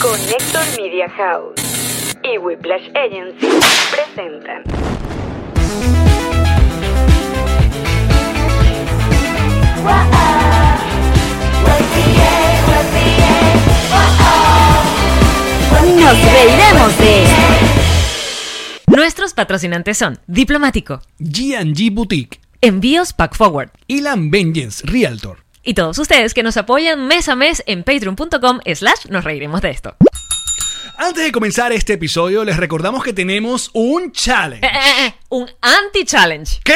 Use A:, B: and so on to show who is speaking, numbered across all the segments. A: Connector Media House y Whiplash Agency presentan.
B: Nos reiremos de esto.
C: Nuestros patrocinantes son Diplomático,
D: G&G Boutique,
C: Envíos Pack Forward
D: Elan Vengeance Realtor.
C: y todos ustedes que nos apoyan mes a mes en patreon.com slash nos reiremos de esto.
D: Antes de comenzar este episodio, les recordamos que tenemos un
C: Eh,
D: challenge.
C: eh, eh, un anti-challenge.
D: ¿Qué?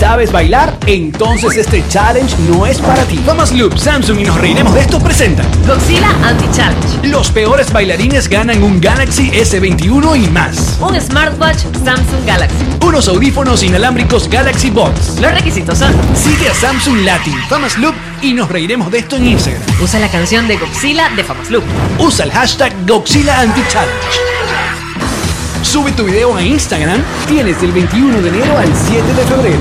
E: ¿Sabes bailar? Entonces este challenge no es para ti.
D: Thomas Loop, Samsung y nos reiremos de esto presentan.
C: Godzilla Anti-Challenge.
D: Los peores bailarines ganan un Galaxy S21 y más.
C: Un smartwatch Samsung Galaxy.
D: Unos audífonos inalámbricos Galaxy Box.
C: Los requisitos son
D: Sigue a Samsung Latin, Thomas Loop y nos reiremos de esto en Instagram.
C: Usa la canción de Godzilla de Famous Loop.
D: Usa el hashtag Godzilla Anti Challenge. Sube tu video a Instagram
E: Tienes del 21 de enero al 7 de febrero.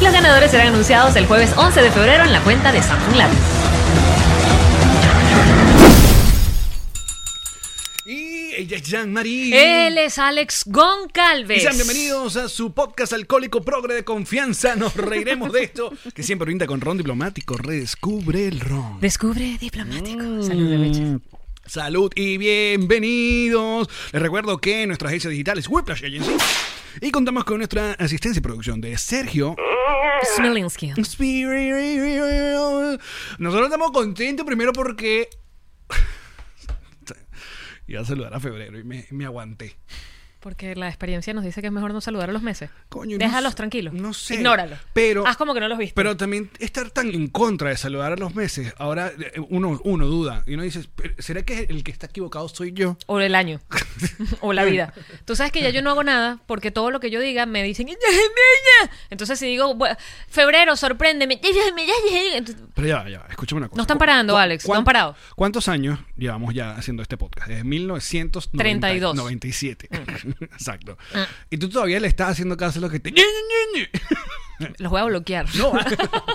C: Los ganadores serán anunciados el jueves 11 de febrero en la cuenta de Samsung Latin.
D: Y ella es Jean-Marie.
C: Él es Alex Goncalves.
D: Y sean bienvenidos a su podcast alcohólico progre de confianza. Nos reiremos de esto, que siempre brinda con ron diplomático. Redescubre el ron.
C: Descubre Diplomático. Saludos,
D: Mm.
C: beches.
D: Salud y bienvenidos. Les recuerdo que nuestra agencia digital es Whiplash Agency. Y contamos con nuestra asistencia y producción de Sergio.
C: Smilinski.
D: Nosotros estamos contentos primero porque... Iba a saludar a febrero y me, me aguanté.
C: Porque la experiencia nos dice que es mejor no saludar a los meses.
D: Coño, no
C: Déjalos
D: sé-
C: tranquilos.
D: No sé.
C: Ignóralos.
D: Pero,
C: Haz como que no los viste.
D: Pero también estar tan en contra de saludar a los meses, ahora eh, uno, uno duda y uno dice, "Pero, ¿será que el que está equivocado soy yo?
C: O el año. o la vida. Tú sabes que ya yo no hago nada porque todo lo que yo diga me dicen. Entonces si digo, "Bu- febrero, sorpréndeme. Entonces,
D: Pero ya, va, ya, va, escúchame una cosa.
C: No están
D: ¿Cu-
C: parando,
D: cu-
C: Alex, no
D: cuán-
C: han parado.
D: ¿Cuántos años llevamos ya haciendo este podcast? Desde 1997. Exacto. Y tú todavía le estás haciendo caso a lo que te...
C: Los voy a bloquear.
D: No.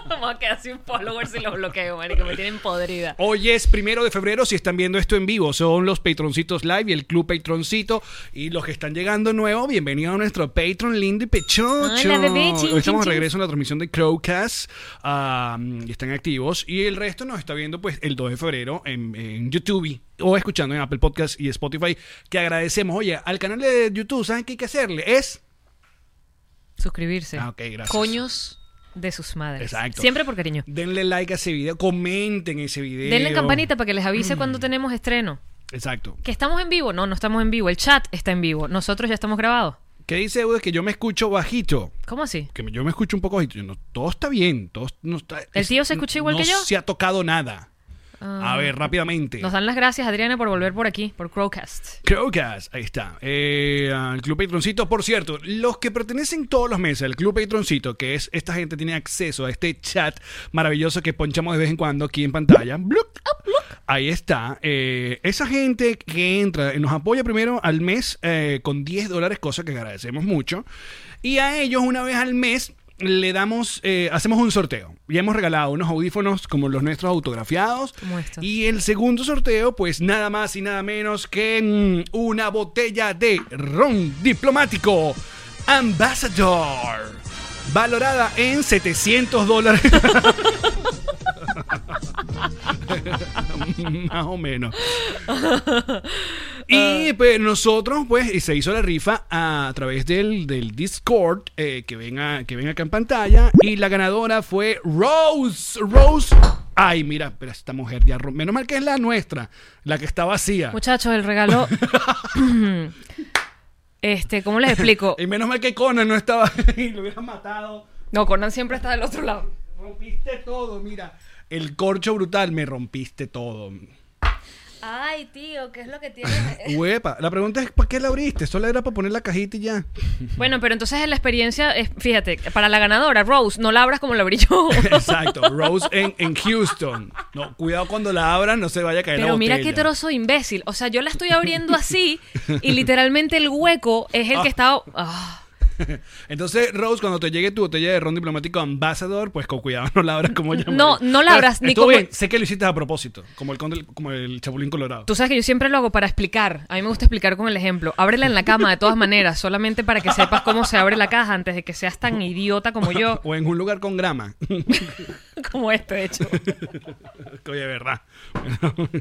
C: Vamos a quedar sin followers si los bloqueo, marico. Me tienen podrida.
D: Hoy es primero de febrero, si están viendo esto en vivo, son los Patroncitos Live y el Club Patroncito. Y los que están llegando nuevo, bienvenido a nuestro Patron lindo y pechocho.
C: Hola, bebé, chin,
D: Hoy estamos
C: chin,
D: de regreso en la transmisión de Crowcast ah, y están activos. Y el resto nos está viendo pues el 2 de febrero en, en YouTube o escuchando en Apple Podcast y Spotify, que agradecemos. Oye, al canal de YouTube, ¿saben qué hay que hacerle? Es...
C: Suscribirse.
D: Ah, ok, gracias.
C: Coños de sus madres.
D: Exacto.
C: Siempre por cariño.
D: Denle like a ese video, comenten ese video.
C: Denle campanita para que les
D: Mm.
C: avise cuando tenemos estreno.
D: Exacto.
C: ¿Que estamos en vivo? No, no estamos en vivo. El chat está en vivo. Nosotros ya estamos grabados.
D: ¿Qué dice Edu? Es que yo me escucho bajito.
C: ¿Cómo así?
D: que yo me escucho un poco bajito. Yo no, todo está bien. Todo no está,
C: ¿El tío se
D: es-
C: escucha igual
D: no
C: que yo? Ah.
D: se ha tocado nada. A ver, rápidamente.
C: Nos dan las gracias, Adriana, por volver por aquí, por Crowcast.
D: Crowcast, ahí está. Eh, al Club Patroncito, por cierto, los que pertenecen todos los meses al Club Patroncito, que es esta gente tiene acceso a este chat maravilloso que ponchamos de vez en cuando aquí en pantalla. Bluc, up, bluc. Ahí está. Eh, esa gente que entra, eh, nos apoya primero al mes eh, con 10 dólares, cosa que agradecemos mucho. Y a ellos una vez al mes le damos, eh, hacemos un sorteo. Y hemos regalado unos audífonos como los nuestros autografiados.
C: Como estos.
D: Y el segundo sorteo, pues nada más y nada menos que mm, una botella de ron diplomático Ambassador. Valorada en 700 dólares. más o menos. Y pues nosotros, pues, y se hizo la rifa a través del, del Discord eh, que, ven a- que ven acá en pantalla. Y la ganadora fue Rose. Rose. Ay, mira, pero esta mujer ya. ro- Menos mal que es la nuestra, la que está vacía.
C: Muchachos, el regalo. este, ¿cómo les explico?
D: Y menos mal que Conan no estaba. y lo hubieran matado.
C: No, Conan siempre está del otro lado.
D: Rompiste todo, mira. El corcho brutal, me rompiste todo.
C: Ay, tío, ¿qué es lo que tiene?
D: Huepa, la pregunta es: ¿para qué la abriste? Solo era para poner la cajita y ya.
C: bueno, pero entonces la experiencia, es, fíjate, para la ganadora, Rose, no la abras como la abrí yo.
D: Exacto, Rose en, en Houston. No, cuidado cuando la abran, no se vaya a caer la
C: Pero mira qué
D: botella.
C: trozo de imbécil. O sea, yo la estoy abriendo así y literalmente el hueco es el que estaba. Ah.
D: Entonces, Rose, cuando te llegue tu botella de ron diplomático ambassador, pues con cuidado no la abras como llaman.
C: No, no la abras, ni
D: Estuvo
C: como-
D: bien, Sé que lo hiciste a propósito, como el, conde- como el chapulín colorado.
C: Tú sabes que yo siempre lo hago para explicar. A mí me gusta explicar con el ejemplo. Ábrela en la cama de todas maneras, solamente para que sepas cómo se abre la caja antes de que seas tan idiota como yo,
D: O en un lugar con grama.
C: como este, de hecho.
D: Oye, verdad. Bueno.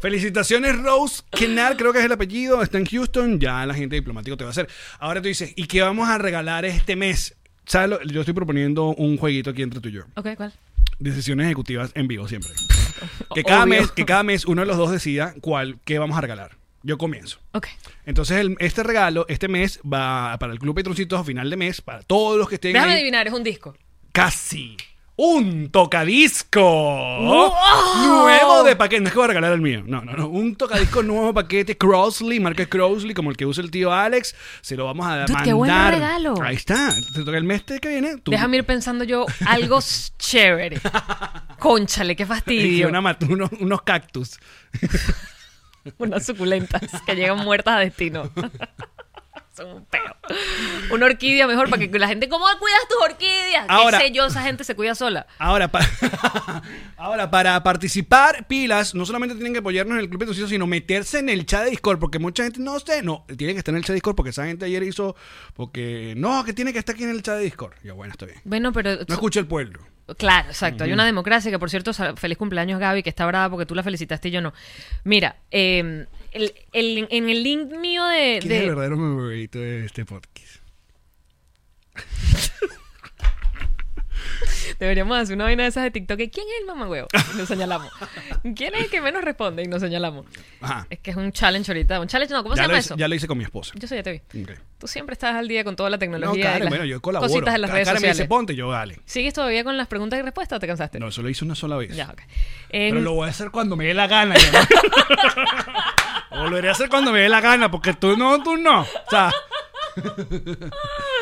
D: Felicitaciones, Rose Kenal, creo que es el apellido. Está en Houston. Ya la gente diplomático te va a hacer. Ahora tú dices, ¿y qué vamos a regalar este mes? ¿Sabes lo- Yo estoy proponiendo un jueguito aquí entre tú y yo.
C: Ok, ¿cuál?
D: Decisiones ejecutivas en vivo siempre. Que cada,
C: Obvio.
D: mes, que cada mes uno de los dos decida cuál, qué vamos a regalar. Yo comienzo.
C: Ok.
D: Entonces, el- este regalo, este mes, va para el Club Patroncitos a final de mes, para todos los que estén
C: Déjame
D: ahí.
C: adivinar, es un disco.
D: Casi. ¡Un tocadisco! Nuevo de paquete. No es que voy a regalar el mío. No, no, no. Un tocadisco nuevo paquete Crossley, marca Crossley, como el que usa el tío Alex. Se lo vamos a
C: Dude,
D: mandar.
C: qué buen regalo.
D: Ahí está. Te toca el mes que viene. Tú,
C: Déjame ir pensando yo algo s- chévere. Conchale, qué
D: y
C: fastidio.
D: una mat- unos, unos cactus.
C: Unas suculentas que llegan muertas a destino. Son un peo. Una orquídea mejor para que la gente. ¿Cómo cuidas tus orquídeas?
D: Ahora-
C: ¿Qué sé yo? Esa gente se cuida sola.
D: Ahora, pa- Ahora, para participar, pilas, no solamente tienen que apoyarnos en el Club Petroncito, sino meterse en el chat de Discord, porque mucha gente, no sé, no, tienen que estar en el chat de Discord, porque esa gente ayer hizo, porque, no, que tiene que estar aquí en el chat de Discord. Yo, bueno, está bien.
C: Bueno, pero.
D: No escucha el pueblo.
C: Claro, exacto. Hay una democracia que, por cierto, sal- feliz cumpleaños, Gaby, que está brava porque tú la felicitaste y yo no. Mira, eh, el- el- en el link mío de.
D: ¿Quién
C: de-
D: es el verdadero favorito de este podcast?
C: Deberíamos hacer una vaina de esas de TikTok. que, ¿Quién es el mamagüevo? Y Nos señalamos. ¿Quién es el que menos responde? Y nos señalamos.
D: Ajá.
C: Es que es un challenge ahorita. Un challenge, no, ¿cómo se
D: Ya lo,
C: llama
D: hice,
C: eso?
D: ya lo hice con mi esposa.
C: Yo soy ya te vi.
D: Ok.
C: Tú siempre estás al día con toda la
D: No,
C: tecnología. y
D: Karen,
C: las
D: bueno, yo colaboro.
C: Cositas de las
D: Karen
C: redes
D: me
C: sociales.
D: dice, ponte, yo, dale.
C: ¿Sigues todavía con las preguntas y respuestas o te cansaste?
D: No, eso lo hice una sola vez.
C: Ya, ok.
D: Pero
C: En-
D: lo voy a hacer cuando me dé la gana. ya, ¿no? Volveré a hacer cuando me dé la gana, porque tú no, tú no. O sea.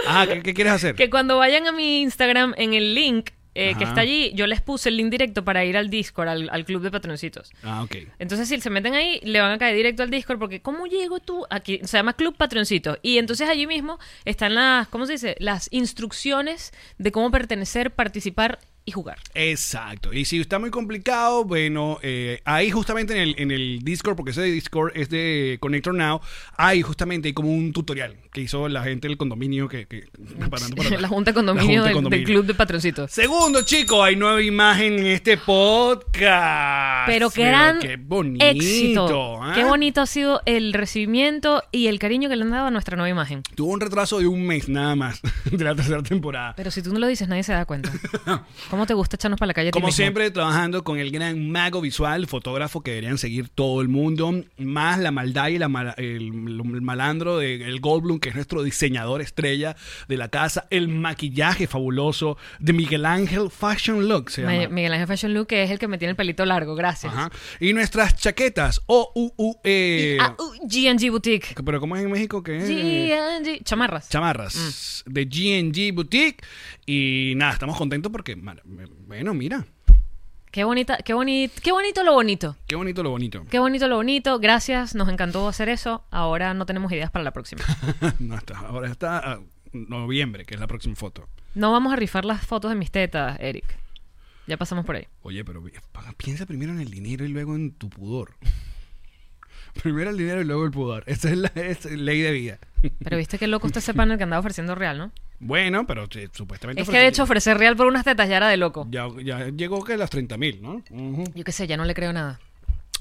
D: ah, ¿qué, qué quieres hacer?
C: Que cuando vayan a mi Instagram en el link eh,
D: Ajá.
C: que está allí, yo les puse el link directo para ir al Discord, al, al club de patroncitos.
D: Ah, ok.
C: Entonces, si se meten ahí, le van a caer directo al Discord, porque ¿cómo llego tú? Aquí se llama Club Patroncitos. Y entonces allí mismo están las, ¿cómo se dice? Las instrucciones de cómo pertenecer, participar y jugar.
D: Exacto. Y si está muy complicado, bueno, eh, ahí justamente en el, en el Discord, porque ese de Discord es de Connector Now, ahí justamente hay como un tutorial que hizo la gente del condominio que... que- parando por acá.
C: La junta de
D: La
C: condominio
D: junta de
C: del, del
D: condominio.
C: Club de Patroncitos.
D: Segundo, chicos, hay nueva imagen en este podcast.
C: Pero qué gran
D: Ah, qué bonito,
C: éxito.
D: ¿ah?
C: Qué bonito ha sido el recibimiento y el cariño que le han dado a nuestra nueva imagen.
D: Tuvo un retraso de un mes nada más de la tercera temporada.
C: Pero si tú no lo dices, nadie se da cuenta. ¿Cómo te gusta echarnos para la calle? a ti
D: Como
C: este mismo?
D: siempre, trabajando con el gran mago visual, fotógrafo que deberían seguir todo el mundo, más la maldad y la mala- el, el malandro de el Goldblum, que es nuestro diseñador estrella de la casa, el maquillaje fabuloso de Miguel Ángel Fashion Look, se
C: Ma-
D: llama.
C: Miguel Ángel Fashion Look, que es el que me tiene el pelito largo, gracias.
D: Ajá. Y nuestras chaquetas OUUE. E.
C: Ah, uh, G&G Boutique.
D: Pero ¿cómo es en México que es?
C: G&G. Chamarras.
D: chamarras
C: Mm.
D: de GNG Boutique. Y nada, estamos contentos porque, mar- bueno, mira,
C: qué bonita, qué bonito, qué bonito lo bonito.
D: qué bonito lo bonito.
C: Qué bonito lo bonito, gracias, nos encantó hacer eso. Ahora no tenemos ideas para la próxima.
D: no está, ahora está ah, noviembre, que es la próxima foto.
C: No vamos a rifar las fotos de mis tetas, Eric. Ya pasamos por ahí.
D: Oye, pero vi- pa- piensa primero en el dinero y luego en tu pudor. Primero el dinero y luego el pudor. Esa es la esa es ley de vida.
C: Pero viste qué loco usted ese panel que andaba ofreciendo real, ¿no?
D: Bueno, pero eh, supuestamente.
C: Es que de
D: ofrecí-
C: hecho ofrecer real por unas tetas ya era de loco.
D: Ya, ya llegó que las 30 mil, ¿no? Ujú.
C: Yo qué sé, ya no le creo nada.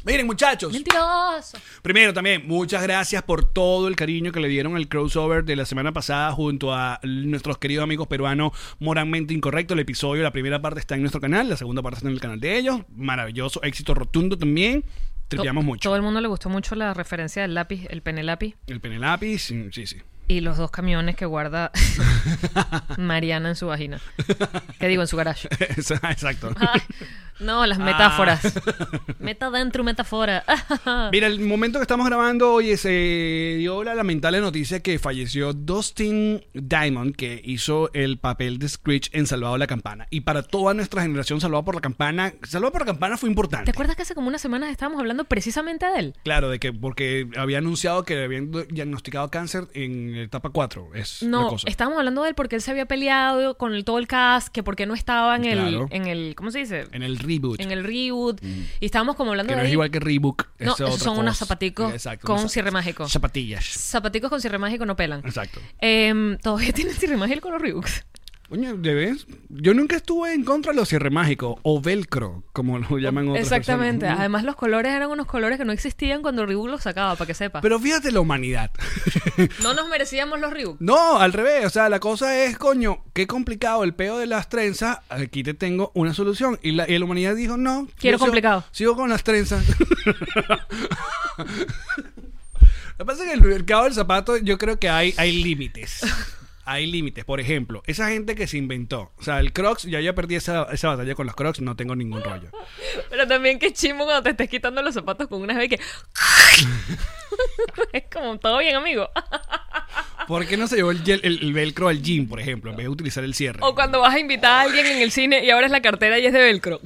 D: Miren, muchachos.
C: Mentiroso.
D: Primero también, muchas gracias por todo el cariño que le dieron al crossover de la semana pasada junto a nuestros queridos amigos peruanos Moralmente Incorrecto. El episodio, la primera parte está en nuestro canal, la segunda parte está en el canal de ellos. Maravilloso, éxito rotundo también. Tripeamos
C: To-
D: mucho.
C: Todo el mundo le gustó mucho la referencia del lápiz, el pene lápiz
D: El pene lápiz, sí, sí, sí.
C: y los dos camiones que guarda Mariana en su vagina. Que digo, en su garage. Ah,
D: Exacto.
C: Ay, No, las metáforas.
D: Ah.
C: Meta dentro, metáfora.
D: Mira, el momento que estamos grabando hoy se dio la lamentable noticia que falleció Dustin Diamond, que hizo el papel de Screech en Salvado la Campana. Y para toda nuestra generación, Salvado por la Campana, Salvado por la Campana fue importante.
C: ¿Te acuerdas que hace como unas semanas estábamos hablando precisamente de él?
D: Claro, de que porque había anunciado que le habían do- diagnosticado cáncer en etapa 4. Es la
C: No,
D: cosa.
C: estábamos hablando de él porque él se había peleado con el- todo el cast, que porque no estaba en el,
D: Claro.
C: en el ¿cómo se dice?
D: En el reboot.
C: En el reboot. Y estábamos como hablando
D: que no
C: de
D: es
C: ahí.
D: igual que Reebok.
C: No,
D: es otra
C: esos son unos
D: cosa.
C: zapaticos
D: Exacto,
C: con
D: unos zap-
C: cierre mágico.
D: Zapatillas.
C: Zapaticos con cierre mágico no pelan.
D: Exacto.
C: Em, Todavía tienen cierre mágico con los Reeboks.
D: Coño, ¿de ves? Yo nunca estuve en contra de los cierre mágicos o velcro, como lo llaman otras
C: Exactamente.
D: personas.
C: Además, los colores eran unos colores que no existían cuando Reebok los sacaba, para que sepa.
D: Pero fíjate la humanidad.
C: No nos merecíamos los Reebok.
D: no, al revés. O sea, la cosa es, coño, qué complicado el peo de las trenzas. Aquí te tengo una solución. Y la, y la humanidad dijo, no.
C: Quiero
D: yo sigo-
C: complicado.
D: Sigo, con las trenzas. Lo que pasa es que en el mercado del zapato yo creo que hay, hay límites. Hay límites. Por ejemplo, esa gente que se inventó. O sea, el Crocs, ya ya perdí esa, esa batalla con los Crocs, no tengo ningún rollo.
C: Pero también qué chimo cuando te estés quitando los zapatos con una vez que... es como, todo bien, amigo.
D: ¿Por qué no se llevó el, gel- el- el velcro al gym, por ejemplo, en vez de utilizar el cierre?
C: o cuando vas a invitar a alguien en el cine y abres la cartera y es de velcro.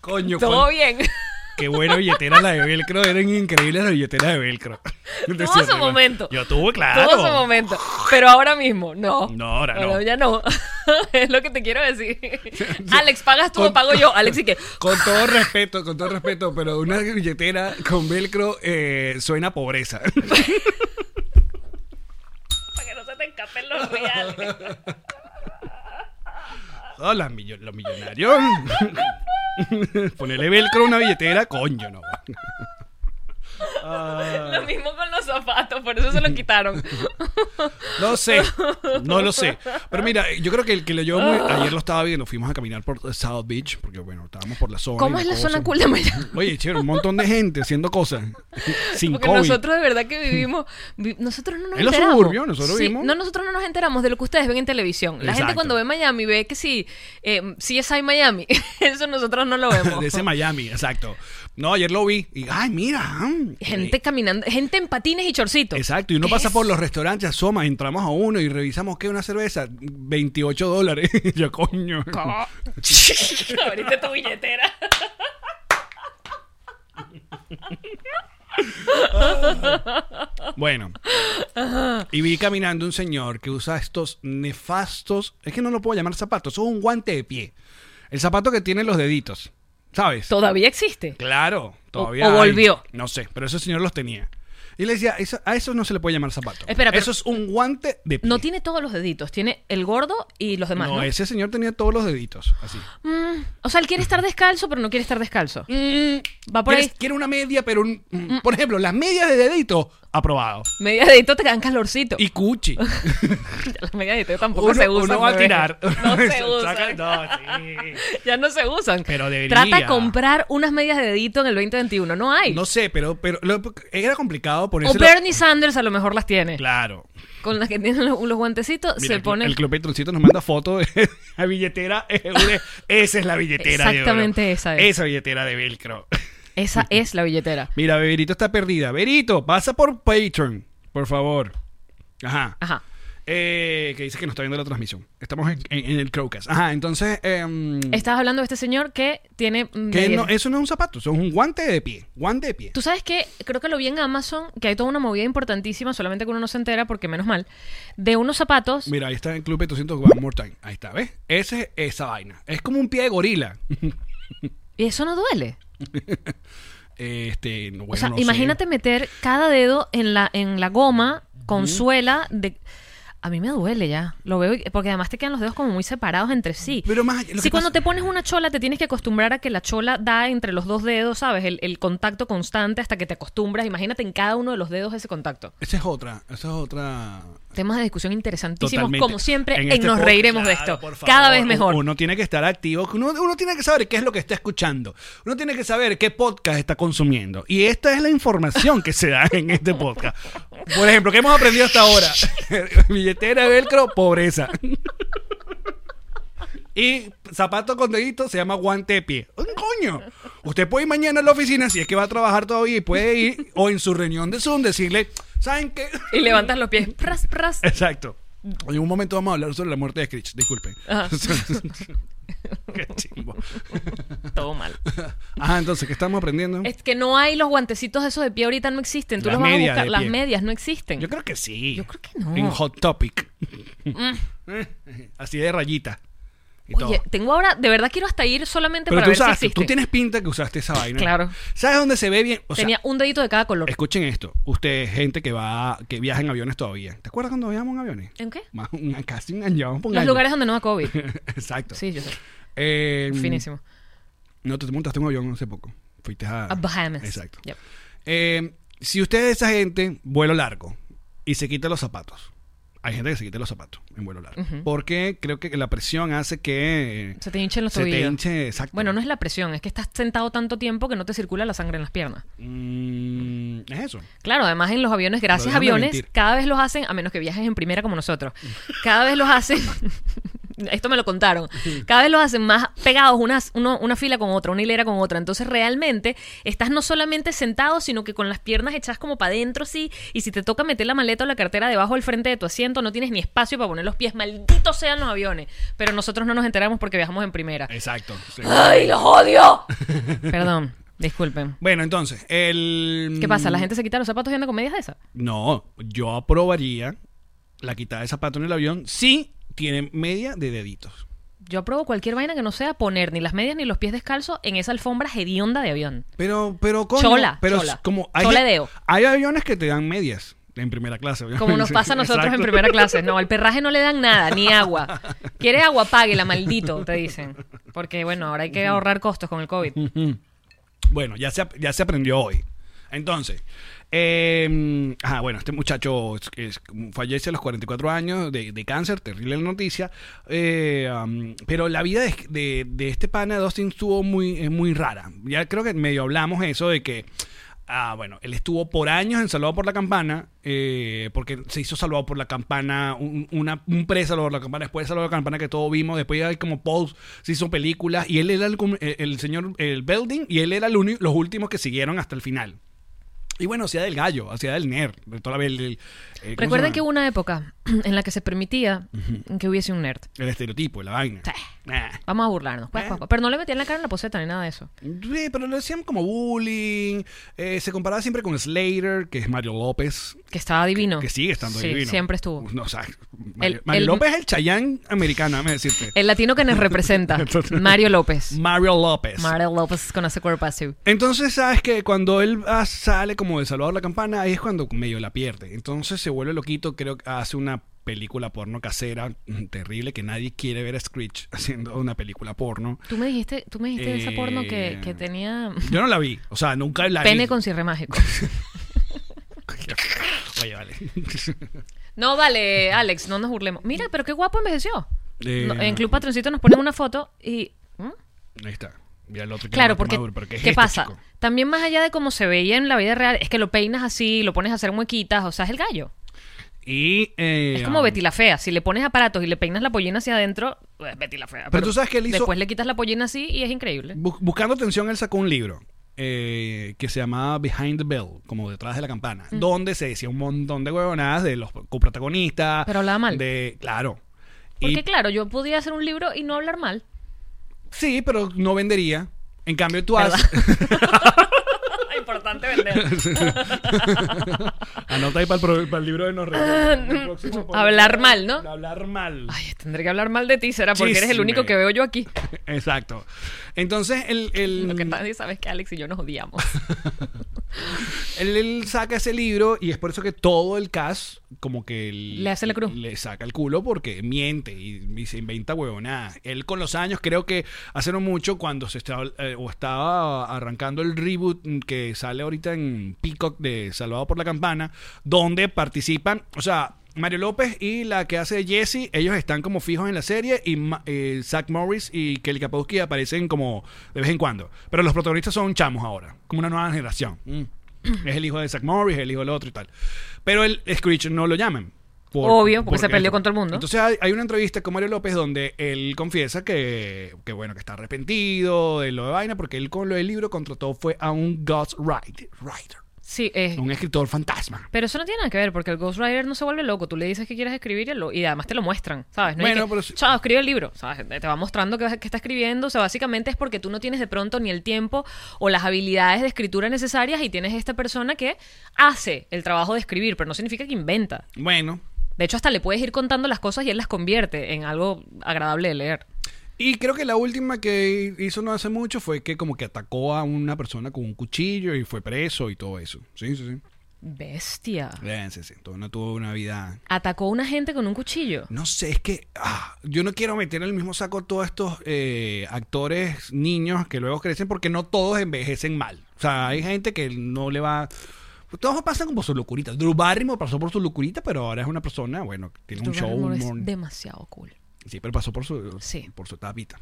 D: Coño,
C: todo
D: cuán-
C: bien.
D: Qué buena billetera la de velcro. Eran increíbles las billeteras de velcro. De
C: Tuvo
D: cierre,
C: su
D: ¿no?
C: momento.
D: Yo tuve, claro.
C: Todo su momento. Pero ahora mismo, no.
D: No, ahora no.
C: Ahora ya no. es lo que te quiero decir. Alex, pagas tú o
D: Con-
C: pago yo. Alex, ¿y qué?
D: Con todo respeto, con todo respeto, pero una billetera con velcro eh, suena a pobreza.
C: Para que no se te escapen los reales.
D: Hola, millo- los millonarios. Ponerle velcro a una billetera, coño, no.
C: Lo mismo con los zapatos, por eso se los quitaron.
D: No sé, no lo sé. Pero mira, yo creo que el que lo llevó muy-
C: Ah.
D: ayer lo estaba viendo. Fuimos a caminar por South Beach, porque bueno, estábamos por la zona.
C: ¿Cómo
D: y
C: es la
D: cosa.
C: zona cool de Miami?
D: Oye, chévere, un montón de gente haciendo cosas. Sin
C: Porque
D: COVID.
C: nosotros de verdad que vivimos, vi- nosotros no nos
D: En los
C: enteramos.
D: suburbios, nosotros
C: Sí,
D: vivimos.
C: No, nosotros no nos enteramos de lo que ustedes ven en televisión. La gente
D: Exacto.
C: cuando ve Miami ve que sí, eh, CSI Miami. Eso nosotros no lo vemos.
D: De ese Miami, exacto. No, ayer lo vi. Y, ay, mira. mm.
C: gente caminando, gente en patines y chorcitos.
D: Exacto, y uno
C: ¿Qué
D: pasa
C: es?
D: por los restaurantes, asoma, entramos a uno y revisamos que una cerveza, 28 dólares. Yo, coño.
C: Abriste tu billetera.
D: Bueno, y vi caminando un señor que usa estos nefastos, es que no lo puedo llamar zapatos, eso es un guante de pie. El zapato que tiene los deditos, ¿sabes?
C: Todavía existe.
D: Claro, todavía.
C: o
D: hay.
C: volvió.
D: no sé, pero ese señor los tenía. Y le decía, "Eso- a eso no se le puede llamar zapato.
C: Espera, pero-
D: eso es un guante de pie.
C: No tiene todos los deditos, tiene el gordo y los demás.
D: No,
C: ¿no?
D: ese señor tenía todos los deditos, así.
C: Mm, o sea, él quiere estar descalzo, pero no quiere estar descalzo. Mm, Va por
D: Quiere-
C: ahí.
D: Quiere una media, pero un- mm, por ejemplo, las medias de dedito, aprobado.
C: Media dedito te dan calorcito.
D: Y cuchi.
C: Las medias de dedo tampoco
D: uno,
C: se usan.
D: uno va a
C: bebé.
D: tirar.
C: No se
D: Saca-
C: usan.
D: no, sí.
C: Ya no se usan.
D: Pero debería.
C: Trata de comprar unas medias de dedito en el 2021. No hay.
D: No sé, pero, pero lo- era complicado
C: o
D: ponerse.
C: Bernie Sanders a lo mejor las tiene.
D: Claro.
C: Con las que tienen los, los guantecitos
D: Mira,
C: se
D: el, cl-
C: pone.
D: el Club Petroncito nos manda foto de la billetera. eh, una- esa es la billetera de oro.
C: Exactamente esa es.
D: Esa billetera de velcro.
C: Esa es la billetera.
D: Mira, Beberito está perdida. Berito, pasa por Patreon, por favor. Ajá.
C: Ajá.
D: Eh, que dice que no está viendo la transmisión. Estamos en, en- en el Crowcast. Ajá, entonces. em,
C: Estabas hablando de este señor que tiene. mm,
D: que
C: medias.
D: no- eso no es un zapato, eso es un guante de pie. Guante de pie.
C: Tú sabes que creo que lo vi en Amazon, que hay toda una movida importantísima, solamente que uno no se entera, porque menos mal, de unos zapatos.
D: Mira, ahí está el Club 800 One More Time. Ahí está, ¿ves? Ese, esa vaina. Es como un pie de gorila.
C: Y eso no duele.
D: Este, no, bueno,
C: o sea,
D: no sé.
C: imagínate meter cada dedo en la, en la goma con suela de... A mí me duele ya, lo veo, y- porque además te quedan los dedos como muy separados entre sí.
D: Pero más allá- lo
C: sí,
D: que
C: cuando
D: pasa-
C: te pones una chola te tienes que acostumbrar a que la chola da entre los dos dedos, ¿sabes? El, el contacto constante hasta que te acostumbras. Imagínate en cada uno de los dedos ese contacto.
D: Esa es otra, esa es otra.
C: Temas de discusión interesantísimos,
D: Totalmente.
C: como siempre, en,
D: este
C: Nos
D: podcast,
C: Reiremos de
D: claro,
C: Esto.
D: por favor.
C: Cada vez mejor.
D: Uno tiene que estar activo, uno, uno tiene que saber qué es lo que está escuchando, uno tiene que saber qué podcast está consumiendo. Y esta es la información que se da en este podcast. Por ejemplo, ¿qué hemos aprendido hasta ahora? Billetera, velcro, pobreza. Y zapato con dedito se llama guante de pie. ¡Un coño! Usted puede ir mañana a la oficina si es que va a trabajar todavía y puede ir o en su reunión de Zoom decirle, ¿saben qué?
C: Y levantas los pies. Pras, pras.
D: Exacto. En un momento vamos a hablar sobre la muerte de Screech, disculpen.
C: Ajá.
D: qué chimbo.
C: Todo mal.
D: Ajá, entonces, ¿qué estamos aprendiendo?
C: Es que no hay los guantecitos esos de pie ahorita no existen. Tú
D: Las
C: los vas a
D: medias
C: buscar.
D: de
C: Las
D: pie.
C: medias no existen.
D: Yo creo que sí.
C: Yo creo que no. Mm.
D: En Hot Topic. Así de rayita. Y todo.
C: Oye, tengo ahora, de verdad quiero hasta ir solamente
D: Pero
C: para
D: tú
C: ver si
D: usaste,
C: existe.
D: tú tienes pinta que usaste esa vaina.
C: Claro.
D: ¿Sabes dónde se ve bien? O sea,
C: Tenía un dedito de cada color.
D: escuchen esto. Ustedes, gente que va, que viaja en aviones todavía. ¿Te acuerdas cuando viajamos en aviones?
C: ¿En qué?
D: Más, un- casi un año. vamos por un
C: Los
D: año.
C: lugares donde no da COVID.
D: Exacto.
C: Sí, yo sé.
D: Eh,
C: Finísimo.
D: No, te montaste en un avión hace poco. Fuiste a...
C: A Bahamas.
D: Exacto.
C: Yep.
D: Eh, si usted es esa gente, vuelo largo y se quita los zapatos. Hay gente que se quita los zapatos en vuelo largo. Porque creo que la presión hace que
C: Se te hinchen los
D: se
C: tobillos.
D: te hinche. Exacto.
C: Bueno, no es la presión, es que estás sentado tanto tiempo que no te circula la sangre en las piernas.
D: Mm, es eso.
C: Claro, además en los aviones, gracias a
D: déjame
C: aviones,
D: mentir.
C: cada vez los hacen, a menos que viajes en primera como nosotros, cada vez los hacen, esto me lo contaron, cada vez los hacen más pegados, unas- uno- una fila con otra, una hilera con otra. Entonces realmente estás no solamente sentado, sino que con las piernas hechas como para adentro, sí, y si te toca meter la maleta o la cartera debajo del frente de tu asiento, no tienes ni espacio para poner los pies, malditos sean los aviones. Pero nosotros no nos enteramos porque viajamos en primera.
D: Exacto. sí.
C: ¡Ay, los odio! Perdón, disculpen.
D: Bueno, entonces, el...
C: ¿Qué pasa? ¿La gente se quita los zapatos y anda con medias de esas?
D: No, yo aprobaría la quitada de zapato en el avión si tiene media de deditos.
C: Yo apruebo cualquier vaina que no sea poner ni las medias ni los pies descalzos en esa alfombra hedionda de avión.
D: Pero, pero, coño,
C: Chola,
D: pero
C: chola.
D: s- como hay,
C: Chola deo.
D: hay aviones que te dan medias en primera clase. obviamente.
C: Como nos pasa a nosotros en
D: Exacto.
C: primera clase. No, al perraje no le dan nada, ni agua. ¿Quieres agua? Páguela, maldito, te dicen. Porque, bueno, ahora hay que ahorrar costos con el COVID.
D: Bueno, ya se, ap- ya se aprendió hoy. Entonces, eh, ajá, bueno, este muchacho es- es- fallece a los 44 años de, de cáncer, terrible la noticia. Eh, am, pero la vida de, de- de este pana de Dustin estuvo muy, eh, muy rara. Ya creo que medio hablamos eso de que. Ah, bueno, él estuvo por años en Salvado por la Campana, eh, porque se hizo Salvado por la Campana, un, una, un pre-Salvado por la Campana, después de Salvado por la Campana que todos vimos, después hay como post, se hizo películas, y él era el, com- el- el señor, el Belding, y él era el uni- los últimos que siguieron hasta el final. Y bueno, hacía del gallo, hacía del nerd, de toda la- el- el- el- ¿cómo se
C: Recuerden
D: llama?
C: que hubo una época en la que se permitía que hubiese un nerd.
D: El estereotipo, la vaina.
C: Sí.
D: Ah.
C: Vamos a burlarnos. cuac,
D: ¿Eh?
C: cuac, cuac. Pero no le metían la cara en la poseta ni nada de eso.
D: Sí, pero lo hacían como bullying, eh, se comparaba siempre con Slater, que es Mario López,
C: Que estaba divino.
D: Que sigue estando
C: Sí,
D: divino.
C: siempre estuvo.
D: No, o sea, Mario,
C: El-
D: Mario
C: el-
D: López es el Chayán americano, déjame decirte.
C: El latino que nos representa, Mario López.
D: Mario López.
C: Mario López con ese cuerpo así.
D: Entonces, sabes que cuando él ah, sale como de Salvador la Campana, ahí es cuando medio la pierde. Entonces se vuelve loquito, creo que hace una película porno casera mm, terrible que nadie quiere ver a Screech haciendo una película porno.
C: Tú me dijiste, tú me dijiste de esa porno que,
D: Eh,
C: que tenía
D: Yo no la vi, o sea, nunca la vi.
C: pene con cierre mágico.
D: Oye, vale.
C: No, vale, Alex, no nos burlemos. Mira, pero qué guapo envejeció.
D: Eh,
C: No, en Club Patroncito nos ponen una foto y... ¿Mm?
D: Ahí está. Mira el otro que
C: Claro,
D: no
C: porque
D: maduro, pero
C: ¿qué,
D: es esto,
C: pasa?
D: chico?
C: También más allá de cómo se veía en la vida real, es que lo peinas así, lo pones a hacer muequitas, o sea, es el gallo.
D: Y, eh,
C: Es como
D: um,
C: Betty la Fea, si le pones aparatos y le peinas la pollina hacia adentro, pues, es Betty la Fea.
D: Pero tú sabes que él hizo-
C: Después le quitas la pollina así y es increíble.
D: Bu- buscando atención, él sacó un libro eh, que se llamaba Behind the Bell, como detrás de la campana,
C: Mm.
D: donde se decía un montón de huevonadas de los coprotagonistas.
C: Pero hablaba mal.
D: De, claro. Y-
C: Porque claro, yo podría hacer un libro y no hablar mal.
D: sí, pero no vendería. En cambio, tú
C: ¿Verdad?
D: haces.
C: Importante vender.
D: Anota ahí para el, pro- para el libro de Nos
C: Ah, hablar mal, ¿no?
D: Hablar mal.
C: Ay, tendré que hablar mal de ti, será porque eres el
D: Chisme.
C: único que veo yo aquí.
D: Exacto. Entonces, el. el-
C: Lo que nadie sabe es que Alex y yo nos odiamos.
D: Él, él saca ese libro y es por eso que todo el cast como que él-
C: Le hace la cruz.
D: le saca el culo porque miente y, y se inventa huevonada. Él con los años creo que hace no mucho cuando se estaba eh, o estaba arrancando el reboot mm, que sale ahorita en Peacock de Salvado por la Campana, donde participan, o sea, Mario López y la que hace Jesse, ellos están como fijos en la serie y Ma- eh, Zach Morris y Kelly Kapowski aparecen como de vez en cuando. Pero los protagonistas son chamos ahora, como una nueva generación. Mm. Es el hijo de Zach Morris, el hijo del otro y tal. Pero el Screech no lo llaman. por-
C: Obvio, porque se peleó
D: esto.
C: con todo el mundo.
D: Entonces hay, hay una entrevista con Mario López donde él confiesa que, que, bueno, que está arrepentido de lo de vaina, porque él con lo del libro contrató fue a un ghostwriter, writer,
C: Sí, es...
D: un escritor fantasma.
C: Pero eso no tiene nada que ver, porque el Ghost Rider no se vuelve loco. Tú le dices que quieres escribir y, lo- y además te lo muestran, ¿sabes? No es
D: Bueno,
C: que,
D: pero si-
C: Chao, escribe el libro, ¿sabes? Te va mostrando que, que está escribiendo. O sea, básicamente es porque tú no tienes de pronto ni el tiempo o las habilidades de escritura necesarias y tienes esta persona que hace el trabajo de escribir, pero no significa que inventa.
D: Bueno,
C: De hecho, hasta le puedes ir contando las cosas y él las convierte en algo agradable de leer.
D: Y creo que la última que hizo no hace mucho fue que como que atacó a una persona con un cuchillo y fue preso y todo eso. Sí, sí, sí.
C: Bestia.
D: Eh, Sí, sí. Entonces no tuvo una vida...
C: Atacó a una gente con un cuchillo.
D: No sé, es que ah, yo no quiero meter en el mismo saco a todos estos eh, actores niños que luego crecen porque no todos envejecen mal. O sea, hay gente que no le va... pues, Todos pasan como su locurita. Drew Barrymore pasó por su locurita, pero ahora es una persona, bueno, tiene un
C: Drew
D: show.
C: Barrymore es
D: un-
C: demasiado cool.
D: Sí, pero pasó por su,
C: Sí.
D: por su tapita.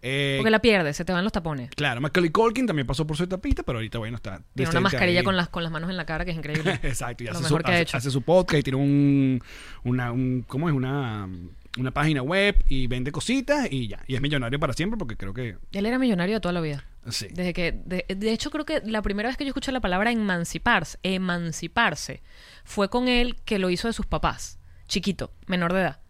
D: Eh,
C: Porque la pierdes, se te van los tapones.
D: Claro, Macaulay Colkin también pasó por su tapita, pero ahorita, bueno, está.
C: Tiene
D: decente
C: una mascarilla
D: ahí.
C: con las, con las manos en la cara que es increíble.
D: Exacto, y
C: Lo
D: hace su,
C: mejor que ha
D: hace-
C: hecho.
D: hace su podcast y tiene un. Una, un- ¿Cómo es? Una, una página web y vende cositas y ya. Y es millonario para siempre porque creo que.
C: Él era millonario de toda la vida.
D: Sí.
C: Desde que, de, de hecho, creo que la primera vez que yo escuché la palabra emanciparse, emanciparse, fue con él que lo hizo de sus papás, chiquito, menor de edad.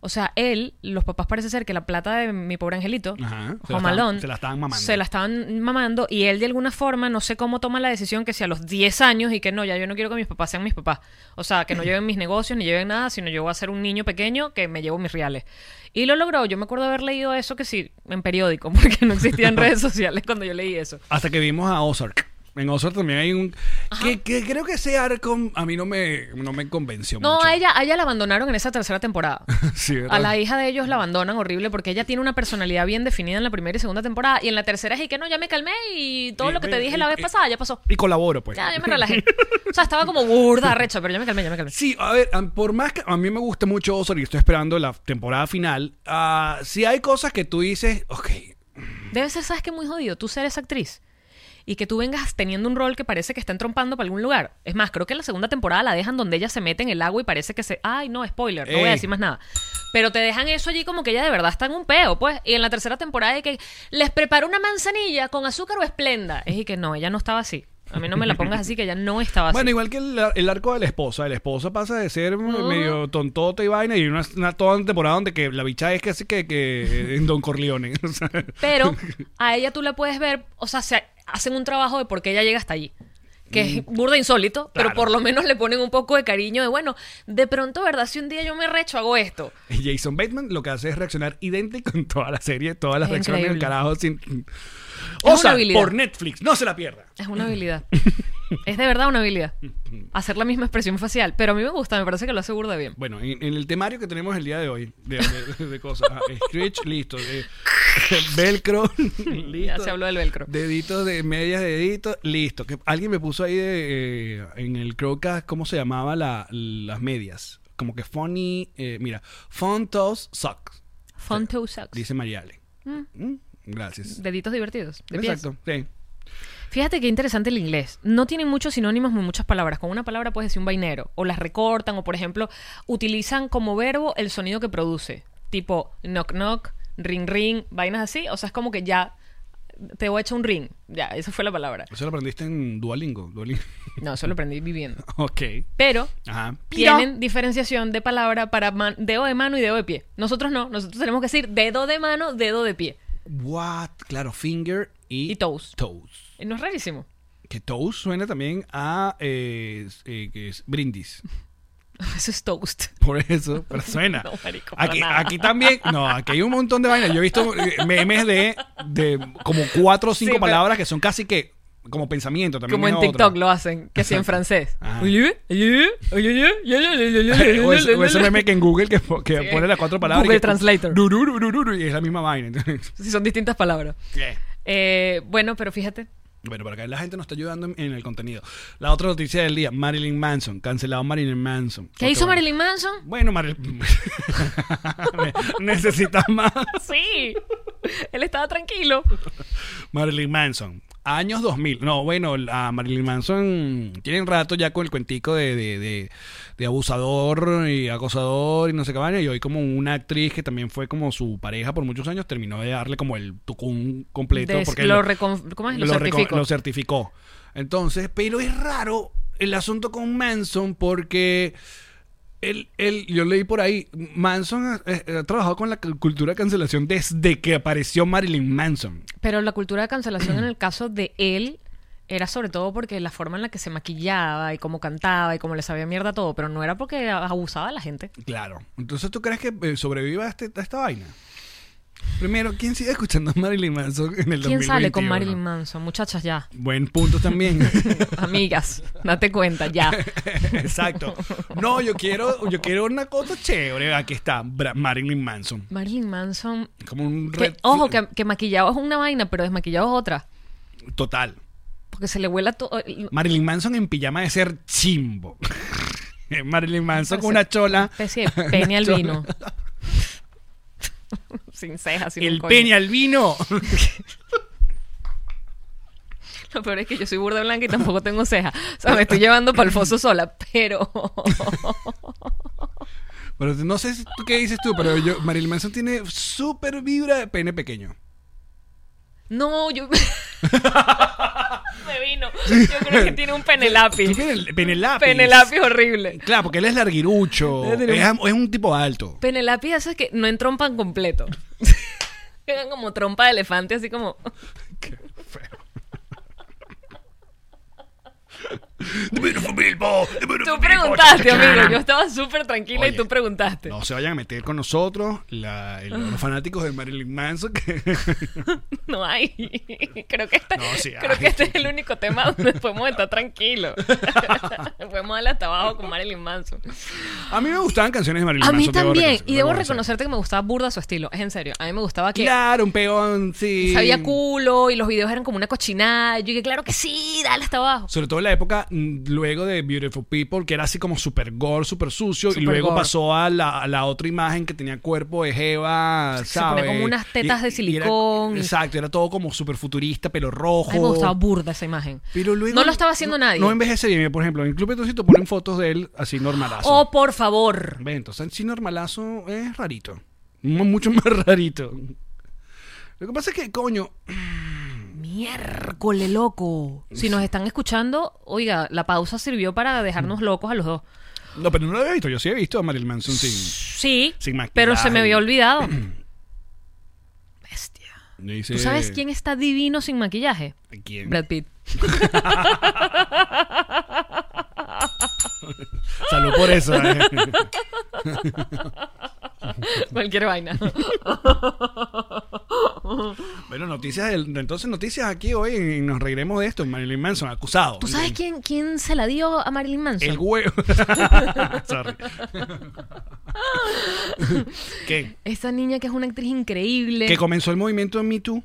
C: O sea, él, los papás parece ser que la plata de mi pobre angelito,
D: Ajá, se la
C: Home
D: estaban-
C: Alone,
D: se la estaban mamando.
C: se la estaban mamando y él de alguna forma, no sé cómo toma la decisión que si a los 10 años y que no, ya yo no quiero que mis papás sean mis papás. O sea, que no lleven mis negocios ni lleven nada, sino yo voy a ser un niño pequeño que me llevo mis reales. Y lo logró. Yo me acuerdo haber leído eso que sí, en periódico, porque no existían redes sociales cuando yo leí eso.
D: Hasta que vimos a Ozark. En Ozark también hay un. Que, que creo que ese arco a mí no me, no me convenció
C: No,
D: mucho.
C: a ella, a ella la abandonaron en esa tercera temporada.
D: Sí, ¿verdad?
C: A la hija de ellos la abandonan horrible porque ella tiene una personalidad bien definida en la primera y segunda temporada y en la tercera es y que no, ya me calmé y todo
D: Y
C: lo que
D: ve-
C: te dije
D: y-
C: la vez
D: y-
C: pasada ya pasó.
D: Y colaboro, pues.
C: Ya, yo me relajé. O sea, estaba como burda, recha, pero ya me calmé, ya me calmé.
D: Sí, a ver, a- por más que a mí me gusta mucho Ozark y estoy esperando la temporada final, ah, si hay cosas que tú dices, ok,
C: Debe ser, ¿sabes qué? Muy jodido. Tú ser esa actriz y que tú vengas teniendo un rol que parece que está entrompando para algún lugar. Es más, creo que en la segunda temporada la dejan donde ella se mete en el agua y parece que se... Ay, no, spoiler, no voy a
D: Ey.
C: decir más nada. Pero te dejan eso allí como que ella de verdad está en un peo, pues. Y en la tercera temporada de que les preparo una manzanilla con azúcar o esplenda. Es y que no, ella no estaba así. A mí no me la pongas así, que ella no estaba así.
D: Bueno, igual que el, el arco de la esposa. La esposa pasa de ser
C: Mm.
D: medio tontota y vaina y una, una toda una temporada donde que la bicha es casi que, que en Don Corleone. o sea.
C: Pero a ella tú la puedes ver, o sea, se hacen un trabajo de por qué ella llega hasta allí. Que es burda insólito,
D: Mm. Claro.
C: pero por lo menos le ponen un poco de cariño de, bueno, de pronto, ¿verdad? Si un día yo me recho, hago esto.
D: Y Jason Bateman lo que hace es reaccionar idéntico en toda la serie, todas las
C: Es
D: reacciones del
C: increíble.
D: carajo sin...
C: una
D: O sea,
C: habilidad.
D: por Netflix, no se la pierda.
C: Es una habilidad. es de verdad una habilidad. Hacer la misma expresión facial. Pero a mí me gusta, me parece que lo hace burda bien.
D: Bueno, en, en el temario que tenemos el día de hoy, de, de- de cosas, ah, Screech, listo, de- Velcro, listo.
C: Ya se habló del velcro.
D: Deditos de medias, deditos, listo. Que alguien me puso ahí de, eh, en el Crowcast cómo se llamaba la, las medias. Como que funny, eh, mira, fun toes socks,
C: Fun toe socks.
D: dice Mariale. Mm, gracias.
C: Deditos divertidos. De pies.
D: Exacto, sí.
C: Fíjate qué interesante el inglés. No tienen muchos sinónimos ni muchas palabras. Con una palabra puedes decir un vainero. O las recortan, o por ejemplo, utilizan como verbo el sonido que produce. Tipo knock knock, ring ring, vainas así. O sea, es como que ya te voy a echar un ring. Ya, esa fue la palabra.
D: Eso lo aprendiste en Duolingo. Duolingo.
C: No, eso lo aprendí viviendo.
D: ok.
C: Pero
D: Ajá.
C: tienen diferenciación de palabra para man- dedo de mano y dedo de pie. Nosotros no. Nosotros tenemos que decir dedo de mano, dedo de pie.
D: What? Claro, finger y,
C: Y toes.
D: Toes.
C: Y Eh, No es rarísimo.
D: Que toes suena también a eh, eh, que es brindis.
C: Eso es toast.
D: Por eso, pero suena.
C: No, marico, para
D: aquí,
C: nada.
D: aquí también, no, aquí hay un montón de vainas. Yo he visto eh, memes de, de como cuatro o cinco
C: pero-
D: palabras que son casi que como pensamiento también.
C: Como
D: es
C: en
D: otra.
C: TikTok lo hacen, que así en
D: Exacto.
C: francés.
D: Ajá.
C: Oye, oye, oye, oye, oye, oye, oye, oye,
D: O, ese, o ese
C: oye,
D: meme que en Google que, que
C: Sí.
D: pone las cuatro palabras. y
C: Google
D: que-
C: Translator.
D: dururu, dururu, y es la misma vaina. Entonces,
C: Si son distintas palabras.
D: yeah.
C: Eh, bueno, pero fíjate.
D: Bueno, por acá la gente nos está ayudando en, en el contenido. La otra noticia del día, Marilyn Manson, cancelado Marilyn Manson.
C: ¿Qué
D: Otra
C: hizo
D: vaina.
C: Marilyn Manson?
D: Bueno, Marilyn... Necesitas más.
C: Sí. Él estaba tranquilo.
D: Marilyn Manson. Años 2000. No, bueno, a Marilyn Manson tienen rato ya con el cuentico de, de, de- de abusador y acosador y no sé qué vaina. Y hoy como una actriz que también fue como su pareja por muchos años, terminó de darle como el tucún completo.
C: Des-
D: porque
C: lo
D: lo-
C: recon- ¿Cómo es? Lo,
D: lo, reco-
C: certifico.
D: lo certificó. Entonces, pero es raro el asunto con Manson porque él, él- yo leí por ahí, Manson ha, eh, ha trabajado con la cu- cultura de cancelación desde que apareció Marilyn Manson.
C: Pero la cultura de cancelación en el caso de él era sobre todo porque la forma en la que se maquillaba y cómo cantaba y cómo le sabía mierda todo, pero no era porque abusaba de la gente.
D: Claro. Entonces, ¿tú crees que eh, sobreviva a, este- a esta vaina? Primero, ¿quién sigue escuchando a Marilyn Manson en el
C: ¿Quién sale con
D: 2021?
C: Marilyn Manson? Muchachas, ya.
D: Buen punto también.
C: Amigas, date cuenta, ya.
D: Exacto. No, yo quiero, yo quiero una cosa chévere. Aquí está, Bra- Marilyn Manson.
C: Marilyn Manson.
D: Como un
C: que-
D: red-
C: ojo, que, que maquillado es una vaina, pero desmaquillado es otra.
D: Total.
C: Porque se le vuela todo. y-
D: Marilyn Manson en pijama de ser chimbo. Marilyn Manson con
C: Parece
D: una chola.
C: Especie de
D: una
C: pene
D: chola.
C: albino. sin cejas, sin un
D: El
C: coño.
D: pene albino.
C: Lo peor es que yo soy burda blanca y tampoco tengo cejas. O sea, me estoy llevando para el foso sola, pero.
D: pero no sé si tú qué dices tú, pero yo, Marilyn Manson tiene súper vibra de pene pequeño.
C: No, yo. me vino. Yo creo que tiene un penelapi.
D: Tú tienes el pene lápiz.
C: Penelapi horrible.
D: Claro, porque él es larguirucho.
C: Debe tener
D: Es, am- es un tipo alto.
C: Penelapi hace que no entrompan completo. Quedan como trompa de elefante, así como. Tú preguntaste, amigo. Yo estaba súper tranquila y
D: Oye.
C: tú preguntaste. Ah.
D: No se vayan a meter con nosotros la- el- los fanáticos de Marilyn Manson. que-
C: No hay. Creo que este,
D: No, sí
C: creo
D: hay.
C: que este es el único tema donde podemos estar tranquilos. podemos darle hasta abajo con Marilyn Manson.
D: a mí me gustaban canciones de Marilyn
C: A mí
D: Manson. debo
C: también.
D: reconocer-
C: Y debo
D: reconocer.
C: reconocerte que me gustaba burda su estilo. Es en serio. A mí me gustaba que
D: Claro, un peón, sí.
C: sabía culo y los videos eran como una cochinada. Yo dije, claro que sí, dale hasta abajo.
D: Sobre todo en la época mm, luego de Beautiful People, que era así como super gore, super sucio,
C: Super
D: y luego
C: gore.
D: pasó a la, a la otra imagen que tenía cuerpo de Jeva,
C: se ponía
D: ¿sabes?
C: como unas tetas de
D: era-
C: silicón y-
D: exacto, era todo como super futurista, pelo
C: A
D: rojo.
C: mí me gustaba burda esa imagen.
D: Pero luego-
C: no lo estaba haciendo
D: no-
C: nadie.
D: No envejece bien, por ejemplo, en el Club Petroncito ponen fotos de él así normalazo.
C: oh, por favor.
D: Ve, entonces sí normalazo es rarito. Mu- Mucho más rarito. Lo que pasa es que, coño,
C: Miércoles, loco. Si nos están escuchando, oiga, la pausa sirvió para dejarnos locos a los dos.
D: no, pero no lo había visto, yo sí he visto a Marilyn Manson sin...
C: Sí,
D: Sin maquillaje.
C: pero se me había olvidado. Bestia.
D: Dice-
C: ¿Tú sabes quién está divino sin maquillaje?
D: ¿Quién?
C: Brad Pitt.
D: Salud por eso. eh.
C: Cualquier vaina.
D: bueno, noticias del- entonces noticias aquí hoy y nos reiremos de esto. Marilyn Manson acusado.
C: ¿Tú sabes quién, quién se la dio a Marilyn Manson?
D: El huevo. Sorry. ¿Qué?
C: Esta niña que es una actriz increíble.
D: Que comenzó el movimiento en Me Too.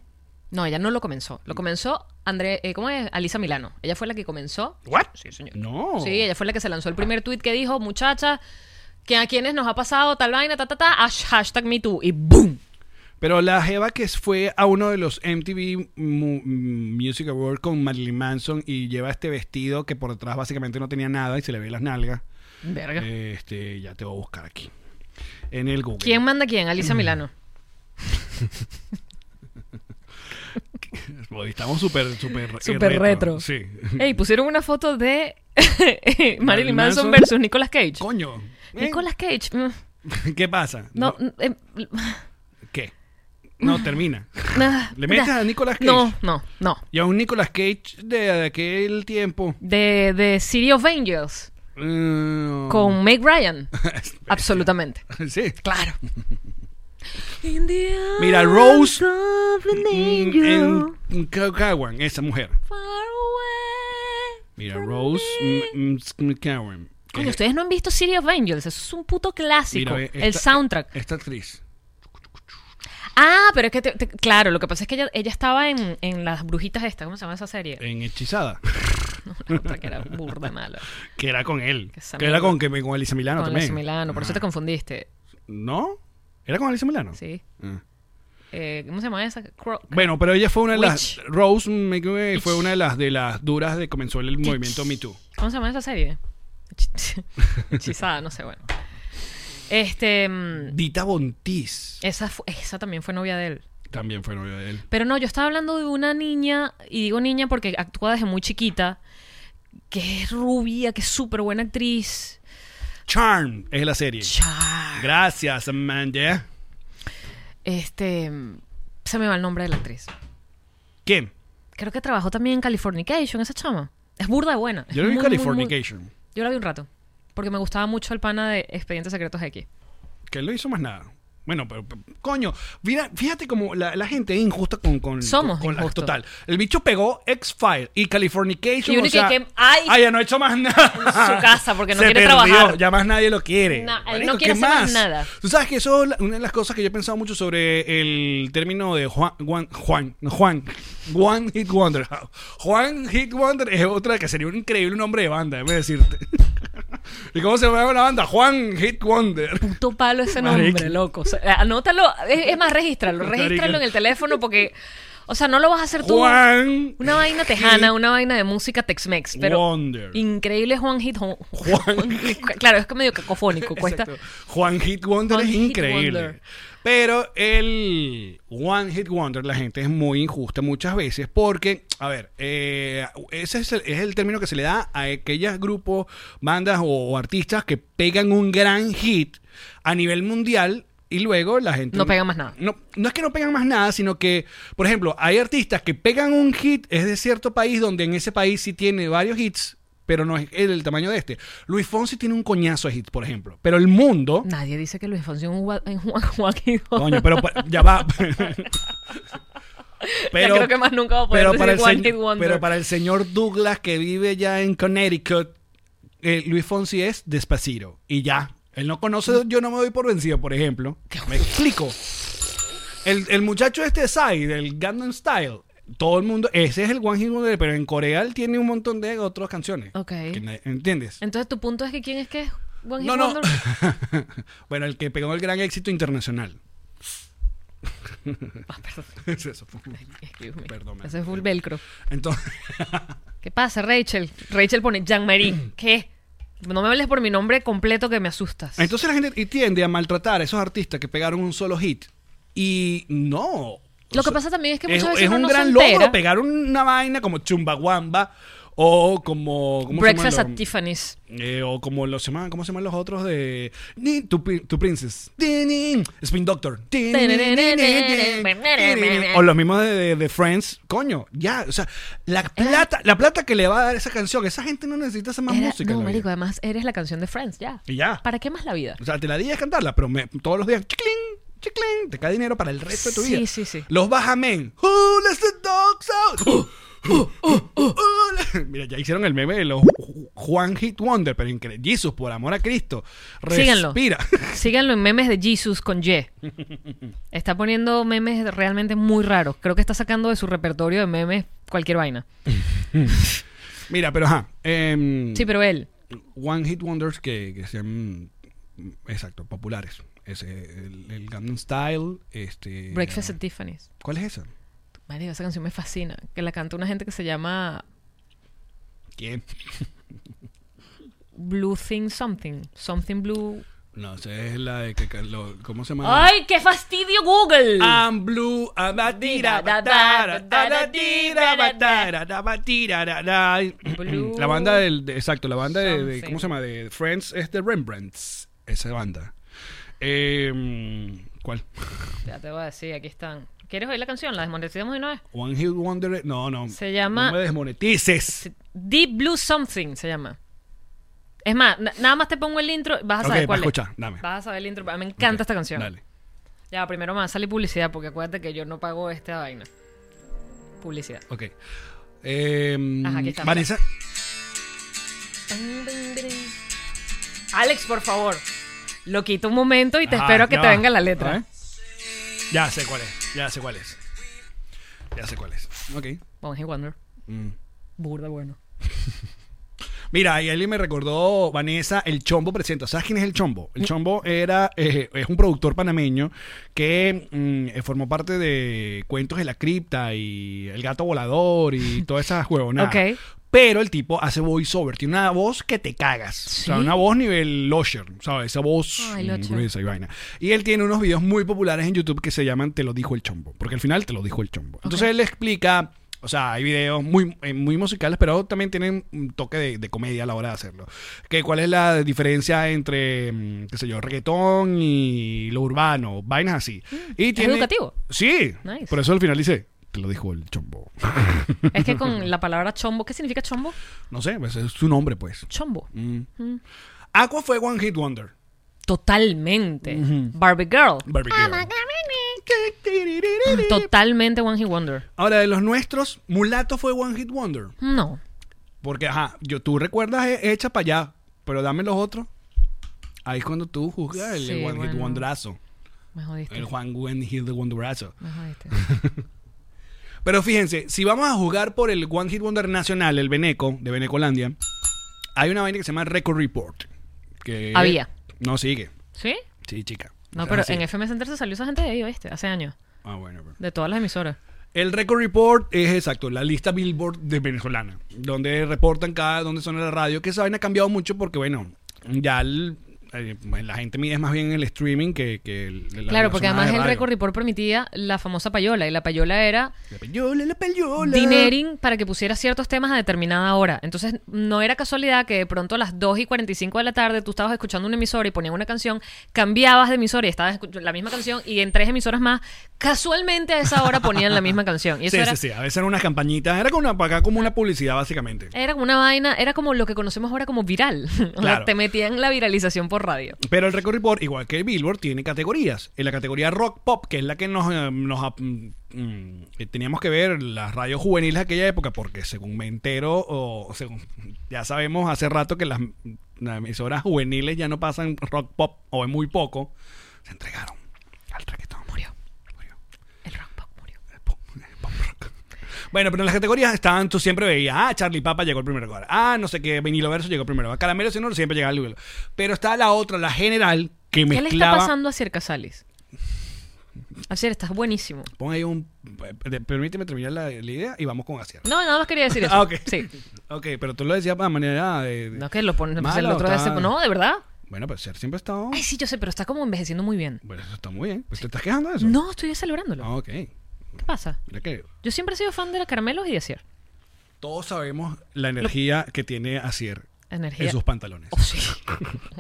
C: no, ella no lo comenzó. Lo comenzó André, eh, ¿cómo es? Alisa Milano. Ella fue la que comenzó.
D: ¿What? Sí, señor. No.
C: Sí, ella fue la que se lanzó el primer tweet que dijo, muchacha, que a quienes nos ha pasado tal vaina, ta, ta, ta, hash- hashtag me too. Y ¡boom!
D: Pero la Jeva que fue a uno de los MTV Mu- Music Awards con Marilyn Manson y lleva este vestido que por atrás básicamente no tenía nada y se le ve las nalgas.
C: Verga.
D: Este, ya te voy a buscar aquí. En el Google.
C: ¿Quién manda a quién?
D: Mm.
C: Alisa Milano.
D: Hoy Pues Estamos súper, súper
C: Súper
D: eh,
C: retro.
D: Sí.
C: Ey, pusieron una foto de eh, Marilyn
D: Marilyn
C: Manson
D: Manson.
C: versus Nicolas Cage.
D: Coño. ¿eh?
C: Nicolas Cage. mm,
D: ¿Qué pasa?
C: No, eh,
D: ¿Qué? No, termina.
C: ah,
D: ¿Le metes
C: ya.
D: a Nicolas Cage?
C: No, no, no.
D: Y a un Nicolas Cage de, aquel tiempo.
C: De, de City of Angels
D: Mm.
C: con Meg Ryan. Absolutamente.
D: Sí.
C: Claro.
D: Mira, Rose mm, en en Caguan, esa mujer. Mira, Rose mm, mm, Caguan.
C: Coño,
D: Eh,
C: ustedes no han visto City of Angels. Eso es un puto clásico.
D: mira, ve,
C: el
D: esta-
C: soundtrack.
D: Esta actriz.
C: Ah, pero es que, te- te- claro, lo que pasa es que ella, ella estaba en, en Las Brujitas, esta, ¿cómo se llama esa serie?
D: En Hechizada.
C: La otra que era burda mala.
D: Que era con él.
C: Que esa
D: Que era
C: mierda.
D: con, que, con Elisa Milano
C: con
D: Ah, también. Ah.
C: Alessia Milano, por eso te confundiste.
D: ¿No? ¿Era con Elisa Milano?
C: Sí.
D: Ah.
C: Eh, eh, ¿cómo se llama esa? Cro-
D: Bueno, pero ella fue una de las.
C: Witch.
D: Rose McGuire fue una de las, de las duras de comenzó el movimiento Me Too.
C: ¿Cómo se llama esa serie? Hechi- Hechizada, no sé, bueno. Este, mm,
D: Dita Bontis
C: esa, fu- esa también fue novia de él.
D: también fue novia de él.
C: Pero no, yo estaba hablando de una niña, y digo niña porque actúa desde muy chiquita, que es rubia, que es súper buena actriz.
D: Charm es la serie.
C: Char.
D: Gracias, Amanda.
C: Este, mm, se me va el nombre de la actriz.
D: ¿Quién?
C: Creo que trabajó también en Californication, esa chama. Es burda de buena.
D: Yo
C: Es
D: lo
C: muy,
D: vi en
C: muy, muy-
D: Californication.
C: Yo la vi un rato, porque me gustaba mucho el pana de Expedientes Secretos X.
D: Que él no hizo más nada. Bueno, pero, pero, coño, mira, fíjate como la, la gente es injusta con, con,
C: Somos
D: con, con la-
C: injustos.
D: total. El bicho pegó X-File y Californication.
C: Y uno
D: o sea,
C: que- que- ay,
D: ay, ya no ha hecho más nada.
C: en su casa, porque no
D: Se
C: quiere
D: perdió,
C: trabajar.
D: Ya más nadie lo quiere.
C: No, él no
D: Marico,
C: quiere
D: ¿qué
C: hacer más nada.
D: Tú sabes que eso es la- una de las cosas que yo he pensado mucho sobre el término de Juan, Juan, Juan, no, Juan, Juan Hit Wonder. Juan Hit Wonder es otra que sería un increíble nombre de banda, déjame decirte. ¿Y cómo se llama la banda? Juan Hit Wonder.
C: Puto palo ese nombre,
D: Marica.
C: loco. O sea, anótalo, es, es más, regístralo,
D: Marica.
C: regístralo en el teléfono porque, o sea, no lo vas a hacer tú.
D: Juan.
C: Una vaina tejana, una vaina de música Tex-Mex, pero
D: Wonder.
C: increíble Juan Hit. Juan,
D: Juan-
C: claro, es que medio cacofónico, cuesta.
D: Exacto. Juan Hit Wonder
C: Juan
D: es
C: Hit
D: increíble.
C: Wonder.
D: Pero el One Hit Wonder, la gente es muy injusta muchas veces porque, a ver, eh, ese es el, es el término que se le da a aquellos grupos, bandas o, o artistas que pegan un gran hit a nivel mundial. Y luego la gente...
C: No pegan más nada.
D: No, no es que no pegan más nada, sino que, por ejemplo, hay artistas que pegan un hit, es de cierto país donde en ese país sí tiene varios hits, pero no es el, el tamaño de este. Luis Fonsi tiene un coñazo de hits, por ejemplo. Pero el mundo.
C: Nadie dice que Luis Fonsi es un gua- un Juan, Juan Hit.
D: Coño, pero pa- ya va.
C: Ya creo que más nunca va a poder
D: pero
C: decir
D: para el
C: One
D: señ-
C: Hit Wonder.
D: Pero para el señor Douglas que vive ya en Connecticut, eh, Luis Fonsi es despacito. Y ya. Él no conoce Yo no me doy por vencido, por ejemplo. Me explico. El, el muchacho este Psy, del Gangnam Style. Todo el mundo, ese es el One Hit Wonder, pero en Corea él tiene un montón de otras canciones.
C: Ok.
D: Que nadie- ¿Entiendes?
C: Entonces, tu punto es que quién es que es Juan
D: No,
C: Hit
D: no.
C: Wonder.
D: bueno, el que pegó el gran éxito internacional.
C: Ah, perdón.
D: Es eso.
C: Excuse me.
D: Perdón, me-
C: Ese es full velcro.
D: Entonces,
C: ¿Qué pasa, Rachel? Rachel pone Jean-Marie. ¿Qué? No me hables por mi nombre completo que me asustas.
D: entonces la gente tiende a maltratar a esos artistas que pegaron un solo hit. Y no.
C: Lo que
D: O sea,
C: pasa también es que muchas
D: es,
C: veces
D: es
C: uno
D: un
C: no
D: gran
C: se
D: logro
C: entera.
D: pegar una vaina como Chumbawamba o como. ¿cómo se llaman
C: Breakfast
D: los-
C: at Tiffany's.
D: Eh, o como los llaman, ¿cómo se llaman los otros de Ni tu, Pri- tu princess? Tinin, Spin Doctor. Tinin, O los mismos de, de- de Friends, coño, ya, o sea, la plata, la plata que le va a dar esa canción, esa gente no necesita hacer más
C: Era-
D: música. en
C: no,
D: la vida.
C: marico, además eres la canción de Friends, ya.
D: Y ya.
C: ¿Para qué más la vida?
D: O sea, te la digas cantarla, pero me- todos los días, chiclin, chiclin, te cae dinero para el resto de tu
C: Sí,
D: vida.
C: sí, sí.
D: Los Bajamen. Who lets the dogs out? Who let- Mira, ya hicieron el meme de los Ju- Juan Hit Wonder, pero increíble. Jesus, por amor a Cristo.
C: Síganlo.
D: Respira.
C: Síganlo en memes de Jesus con Y. Está poniendo memes realmente muy raros. Creo que está sacando de su repertorio de memes cualquier vaina.
D: Mira, pero ajá. em,
C: Sí, pero él.
D: One Hit Wonders que, que sean, mm, exacto, populares. Ese, el, el Gangnam Style. Este,
C: Breakfast at Tiffany's.
D: ¿Cuál es esa?
C: Marico, esa canción me fascina. Que la canta una gente que se llama
D: ¿Quién?
C: Blue Thing Something. Something Blue.
D: No sé, es la de que, que lo- ¿cómo se llama?
C: ¡Ay, qué fastidio Google!
D: I'm blue, I'm a tira, batara, da, da, tira, batara, da, ba, tira, da, da.
C: Blue.
D: La banda del, de- exacto, la banda de, de-
C: Something.
D: ¿cómo se llama? De Friends es de Rembrandts, esa banda. Em, ¿Cuál?
C: Ya te voy a decir, aquí están. ¿Quieres oír la canción? ¿La desmonetizamos de una vez?
D: One Hit Wonder, no, no.
C: Se llama-
D: No me desmonetices.
C: Se- Deep Blue Something se llama. Es más, na- nada más te pongo el intro, vas a
D: Ok,
C: saber
D: va a
C: cuál es.
D: escuchar, dame.
C: Vas a saber el intro. A mí Me encanta esta canción.
D: Dale.
C: Ya, primero me va a salir publicidad porque acuérdate que yo no pago esta vaina. Publicidad.
D: Ok. Em,
C: Ajá, aquí está.
D: Vanessa,
C: Alex, por favor. Lo quito un momento y te
D: Ajá,
C: espero que
D: Ah, ya
C: te
D: va.
C: venga la
D: A
C: letra.
D: ver. ya sé cuál es, ya sé cuál es. Ya sé cuál es. Ok.
C: Vamos a Wonder.
D: Mm.
C: Burda bueno.
D: Mira, y alguien me recordó, Vanessa, el Chombo presenta. ¿Sabes quién es el Chombo? El Chombo era, eh, es un productor panameño que mm, eh, formó parte de Cuentos de la Cripta y El Gato Volador y todas esas huevonadas.
C: Ok.
D: Pero el tipo hace voiceover, tiene una voz que te cagas. O sea,
C: Sí.
D: una voz nivel Losher, ¿sabes? Esa voz
C: Ay,
D: mm,
C: Losher.
D: gruesa y vaina. Y él tiene unos videos muy populares en YouTube que se llaman Te lo dijo el chombo, porque al final te lo dijo el chombo. Entonces él explica, o sea, hay videos muy, eh, muy musicales, pero también tienen un toque de, de comedia a la hora de hacerlo. Que cuál es la diferencia entre, mm, qué sé yo, reggaetón y lo urbano, vainas así.
C: Mm,
D: y
C: ¿es educativo?
D: Sí,
C: Nice.
D: por eso al final dice, te lo dijo el chombo.
C: Es que con la palabra chombo, ¿qué significa chombo?
D: no sé, pues es su nombre, pues. Mm.
C: Chombo.
D: Aqua fue One Hit Wonder.
C: Totalmente. Barbie Girl.
D: Barbie Girl.
C: Totalmente One Hit Wonder.
D: Ahora, de los nuestros, Mulato fue One Hit Wonder.
C: No.
D: Porque, ajá, yo, tú recuerdas eh, Echa para allá, pero dame los otros. Ahí es cuando tú juzgas el
C: Sí,
D: One Hit
C: bueno.
D: Wonderazo.
C: Me jodiste.
D: El Juan One Hit Wonderazo.
C: Me jodiste.
D: Pero fíjense, si vamos a jugar por el One Hit Wonder Nacional, el Beneco, de Benecolandia, hay una vaina que se llama Record Report. Que
C: Había.
D: No sigue.
C: ¿Sí?
D: Sí, chica.
C: No,
D: Ah,
C: pero
D: sí.
C: en FM Center se salió esa gente de ahí, ¿viste? Hace años.
D: Ah, bueno, pero-
C: De todas las emisoras.
D: El Record Report es exacto, la lista Billboard de venezolana, donde reportan cada donde son la radio, que esa vaina ha cambiado mucho porque, bueno, ya el- eh, la gente mide más bien el streaming que, que el, la-
C: claro,
D: la
C: porque
D: zona de
C: además el
D: radio.
C: Record Report permitía la famosa payola. Y la payola era
D: La payola, la payola.
C: dinering para que pusiera ciertos temas a determinada hora. Entonces, no era casualidad que de pronto a las 2 y 45 de la tarde tú estabas escuchando una emisora y ponían una canción, cambiabas de emisora y estabas escuchando la misma canción y en tres emisoras más, casualmente a esa hora ponían la misma canción. Y eso
D: sí,
C: era,
D: sí, sí, a veces eran unas campañitas, era como una, acá como una publicidad básicamente.
C: era como una vaina, era como lo que conocemos ahora como viral. O sea,
D: Claro.
C: te metían la viralización por radio.
D: Pero el Record Report, igual que el Billboard, tiene categorías. En la categoría rock pop, que es la que nos, eh, nos, ah, mm, mm, eh, teníamos que ver las radios juveniles de aquella época, porque según me entero, o, o según ya sabemos hace rato que las, las emisoras juveniles ya no pasan rock pop, o es muy poco, se entregaron al reggaetón. Murió. Murió.
C: El rock pop murió.
D: El pop, el pop rock. Bueno, pero en las categorías estaban, tú siempre veías, ah, Charlie Papa llegó el primer lugar, ah, no sé qué, Vinilo Verso llegó primero, Caramelo Sonoro siempre llegaba al lugar. Pero está la otra, la general, que
C: ¿Qué le está
D: mezclaba...
C: pasando a Cier Casales? A Cier, estás buenísimo.
D: Pon ahí un... eh, Permíteme terminar la, la idea y vamos con Asia.
C: No, nada más quería decir eso.
D: Ah, ok.
C: Sí.
D: Ok, pero tú lo decías de manera de... de-
C: No es que lo pones el
D: Malo,
C: otro día.
D: está-
C: se- No, de verdad.
D: Bueno, pues ser siempre ha estado...
C: Ay, sí, yo sé, pero está como envejeciendo muy bien.
D: Bueno, eso está muy bien. Pues, ¿Te estás quejando de eso?
C: No, estoy celebrándolo.
D: Ah, ok.
C: ¿Qué pasa?
D: Mira que
C: Yo siempre he sido fan de la Caramelos y de Cier.
D: todos sabemos la energía que tiene Asier
C: Energía.
D: en sus pantalones.
C: Oh, sí.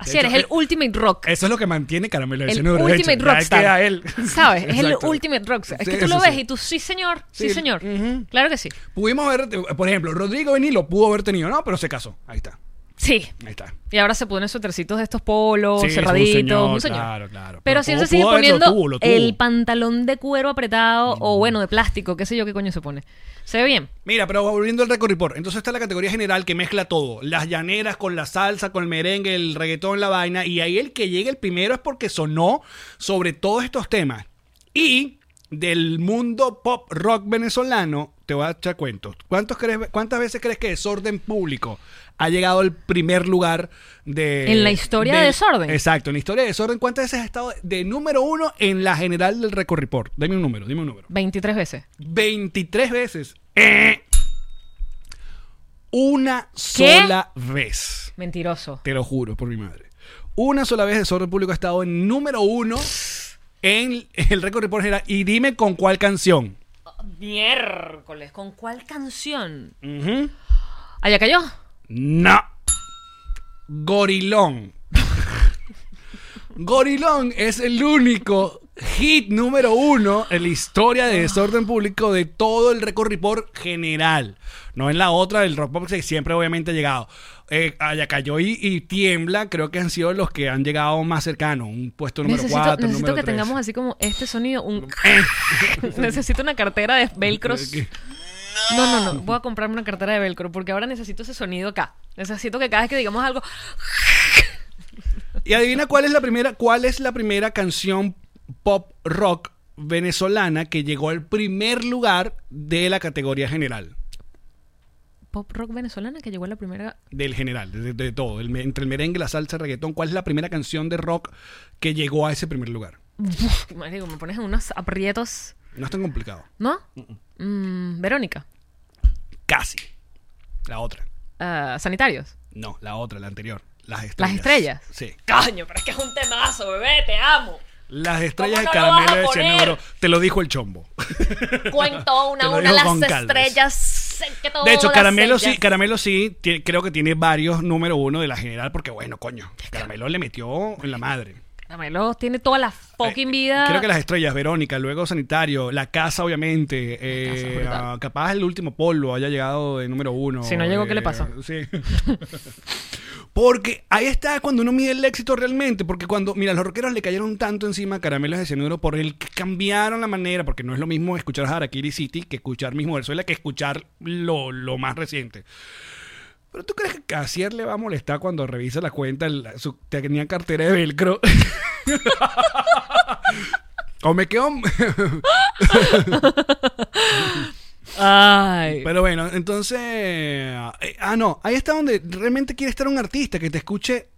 C: Oh, sí. Cier
D: hecho,
C: es el
D: eh,
C: ultimate rock.
D: Eso es lo que mantiene Caramelo de
C: el
D: Cianuro, de hecho.
C: ultimate
D: Ya
C: rockstar.
D: queda él.
C: ¿Sabes? Es el
D: Exacto.
C: ultimate rockstar. Es
D: Sí,
C: que tú
D: sí,
C: lo
D: sí.
C: ves y tú, sí, señor. Sí,
D: Sí,
C: señor.
D: ujú.
C: Claro que sí.
D: Pudimos haber, por ejemplo, Rodrigo Benilo pudo haber tenido, no, pero se casó. Ahí está,
C: Sí.
D: ahí está.
C: Y ahora se ponen suetercitos de estos polos,
D: Sí, es un
C: cerraditos, un señor.
D: señor, claro, claro.
C: Pero,
D: Pero
C: si él
D: tuvo-
C: se sigue
D: pudo haberlo,
C: poniendo
D: tuvo, lo tuvo.
C: el pantalón de cuero apretado o bueno, de plástico, qué sé yo qué coño se pone. Se ve bien.
D: Mira, pero volviendo al Record Report, entonces está la categoría general que mezcla todo, las llaneras con la salsa, con el merengue, el reggaetón, la vaina, y ahí el que llegue el primero es porque sonó sobre todos estos temas. Y del mundo pop rock venezolano, te voy a echar cuentos. ¿Cuántos crees, ¿Cuántas veces crees que Desorden Público ha llegado al primer lugar de...
C: En la historia de
D: del-
C: Desorden.
D: Exacto, en la historia de Desorden, ¿cuántas veces ha estado de número uno en la general del Record Report? Dime un número, dime un número.
C: 23 veces.
D: 23 veces. Eh. Una sola vez.
C: Mentiroso.
D: Te lo juro por mi madre. Una sola vez Desorden Público ha estado en número uno en el récord report general. Y dime con cuál canción.
C: Miércoles, ¿con cuál canción?
D: Ujú.
C: Allá cayó.
D: No. Gorilón. Gorilón es el único hit número uno en la historia de desorden público de todo el récord report general. No en la otra del rock pop que siempre obviamente ha llegado. Eh, Ayacayo y, y Tiembla creo que han sido los que han llegado más cercanos. Un puesto número
C: necesito
D: cuatro,
C: necesito
D: número
C: que
D: tres.
C: tengamos así como este sonido, un necesito una cartera de velcros.
D: ¿Qué?
C: No, no, no. Voy a comprarme una cartera de velcro porque ahora necesito ese sonido acá. Necesito que cada vez que digamos algo.
D: Y adivina cuál es la primera, cuál es la primera canción pop rock venezolana que llegó al primer lugar de la categoría general.
C: pop rock venezolana que llegó a la primera.
D: Del general, de, de todo. El me- entre el merengue, la salsa, el reggaetón. ¿Cuál es la primera canción de rock que llegó a ese primer lugar?
C: Uf, marico, me pones en unos aprietos.
D: No es tan complicado.
C: ¿No? Mm, Verónica.
D: Casi. La otra.
C: Ah, sanitarios.
D: No, la otra, la anterior. Las estrellas.
C: Las estrellas.
D: Sí.
C: Coño, pero es que es un temazo, bebé, te amo.
D: Las estrellas de
C: no lo vas
D: caramelo
C: a
D: de
C: poner?
D: Cenebro. Te lo dijo el chombo.
C: Cuento
D: Te
C: una
D: lo
C: a una
D: dijo
C: las
D: con calma.
C: estrellas. sé que
D: De hecho,
C: todas
D: Caramelo sí,
C: ellas-
D: Caramelo sí, ti- creo que tiene varios número uno de la general, porque bueno, coño, Caramelo le metió en la madre.
C: Caramelo tiene toda la fucking
D: Eh,
C: vida.
D: Creo que las estrellas, Verónica, luego Sanitario, La Casa, obviamente. eh,
C: Casa, brutal.
D: ah, capaz el último polvo haya llegado de número uno.
C: Si no llegó, ¿qué le pasó?
D: eh, Sí. porque ahí está cuando uno mide el éxito realmente. Porque cuando, mira, los rockeros le cayeron tanto encima a Caramelos de Cianuro por el que cambiaron la manera. Porque no es lo mismo escuchar Harakiri City que escuchar Mismo Venezuela que escuchar lo, lo más reciente. Pero tú crees que Casier le va a molestar cuando revisa la cuenta, el- su, tenía cartera de velcro. O me quedo.
C: Ay.
D: Pero bueno, entonces. eh, ah, no. Ahí está donde realmente quiere estar un artista, que te escuche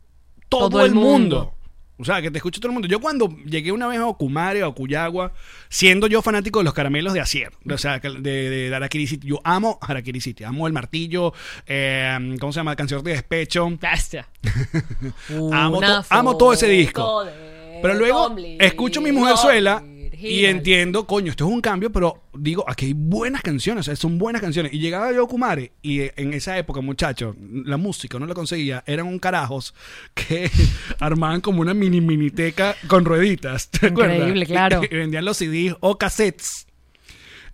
D: todo,
C: Todo
D: el
C: el
D: mundo.
C: mundo.
D: O sea, que te escuche todo el mundo. Yo cuando llegué una vez a Ocumare, a Ocuyagua, siendo yo fanático de los caramelos de Acier, o sea, de, de, de Harakiri City, yo amo Harakiri City, amo el martillo, eh, ¿cómo se llama? Canción de despecho.
C: Bestia.
D: Amo,
C: Una
D: to- amo todo ese disco.
C: foto de
D: Pero luego
C: Tomlin,
D: escucho mi mujer suela y
C: Virginal.
D: entiendo, coño, esto es un cambio, pero digo, aquí hay buenas canciones, o sea, son buenas canciones. Y llegaba yo a Kumare y eh, en esa época, muchachos, la música no la conseguía, eran un carajos que armaban como una mini miniteca con rueditas, ¿te acuerdas?
C: Increíble, claro.
D: Y vendían los CDs o cassettes.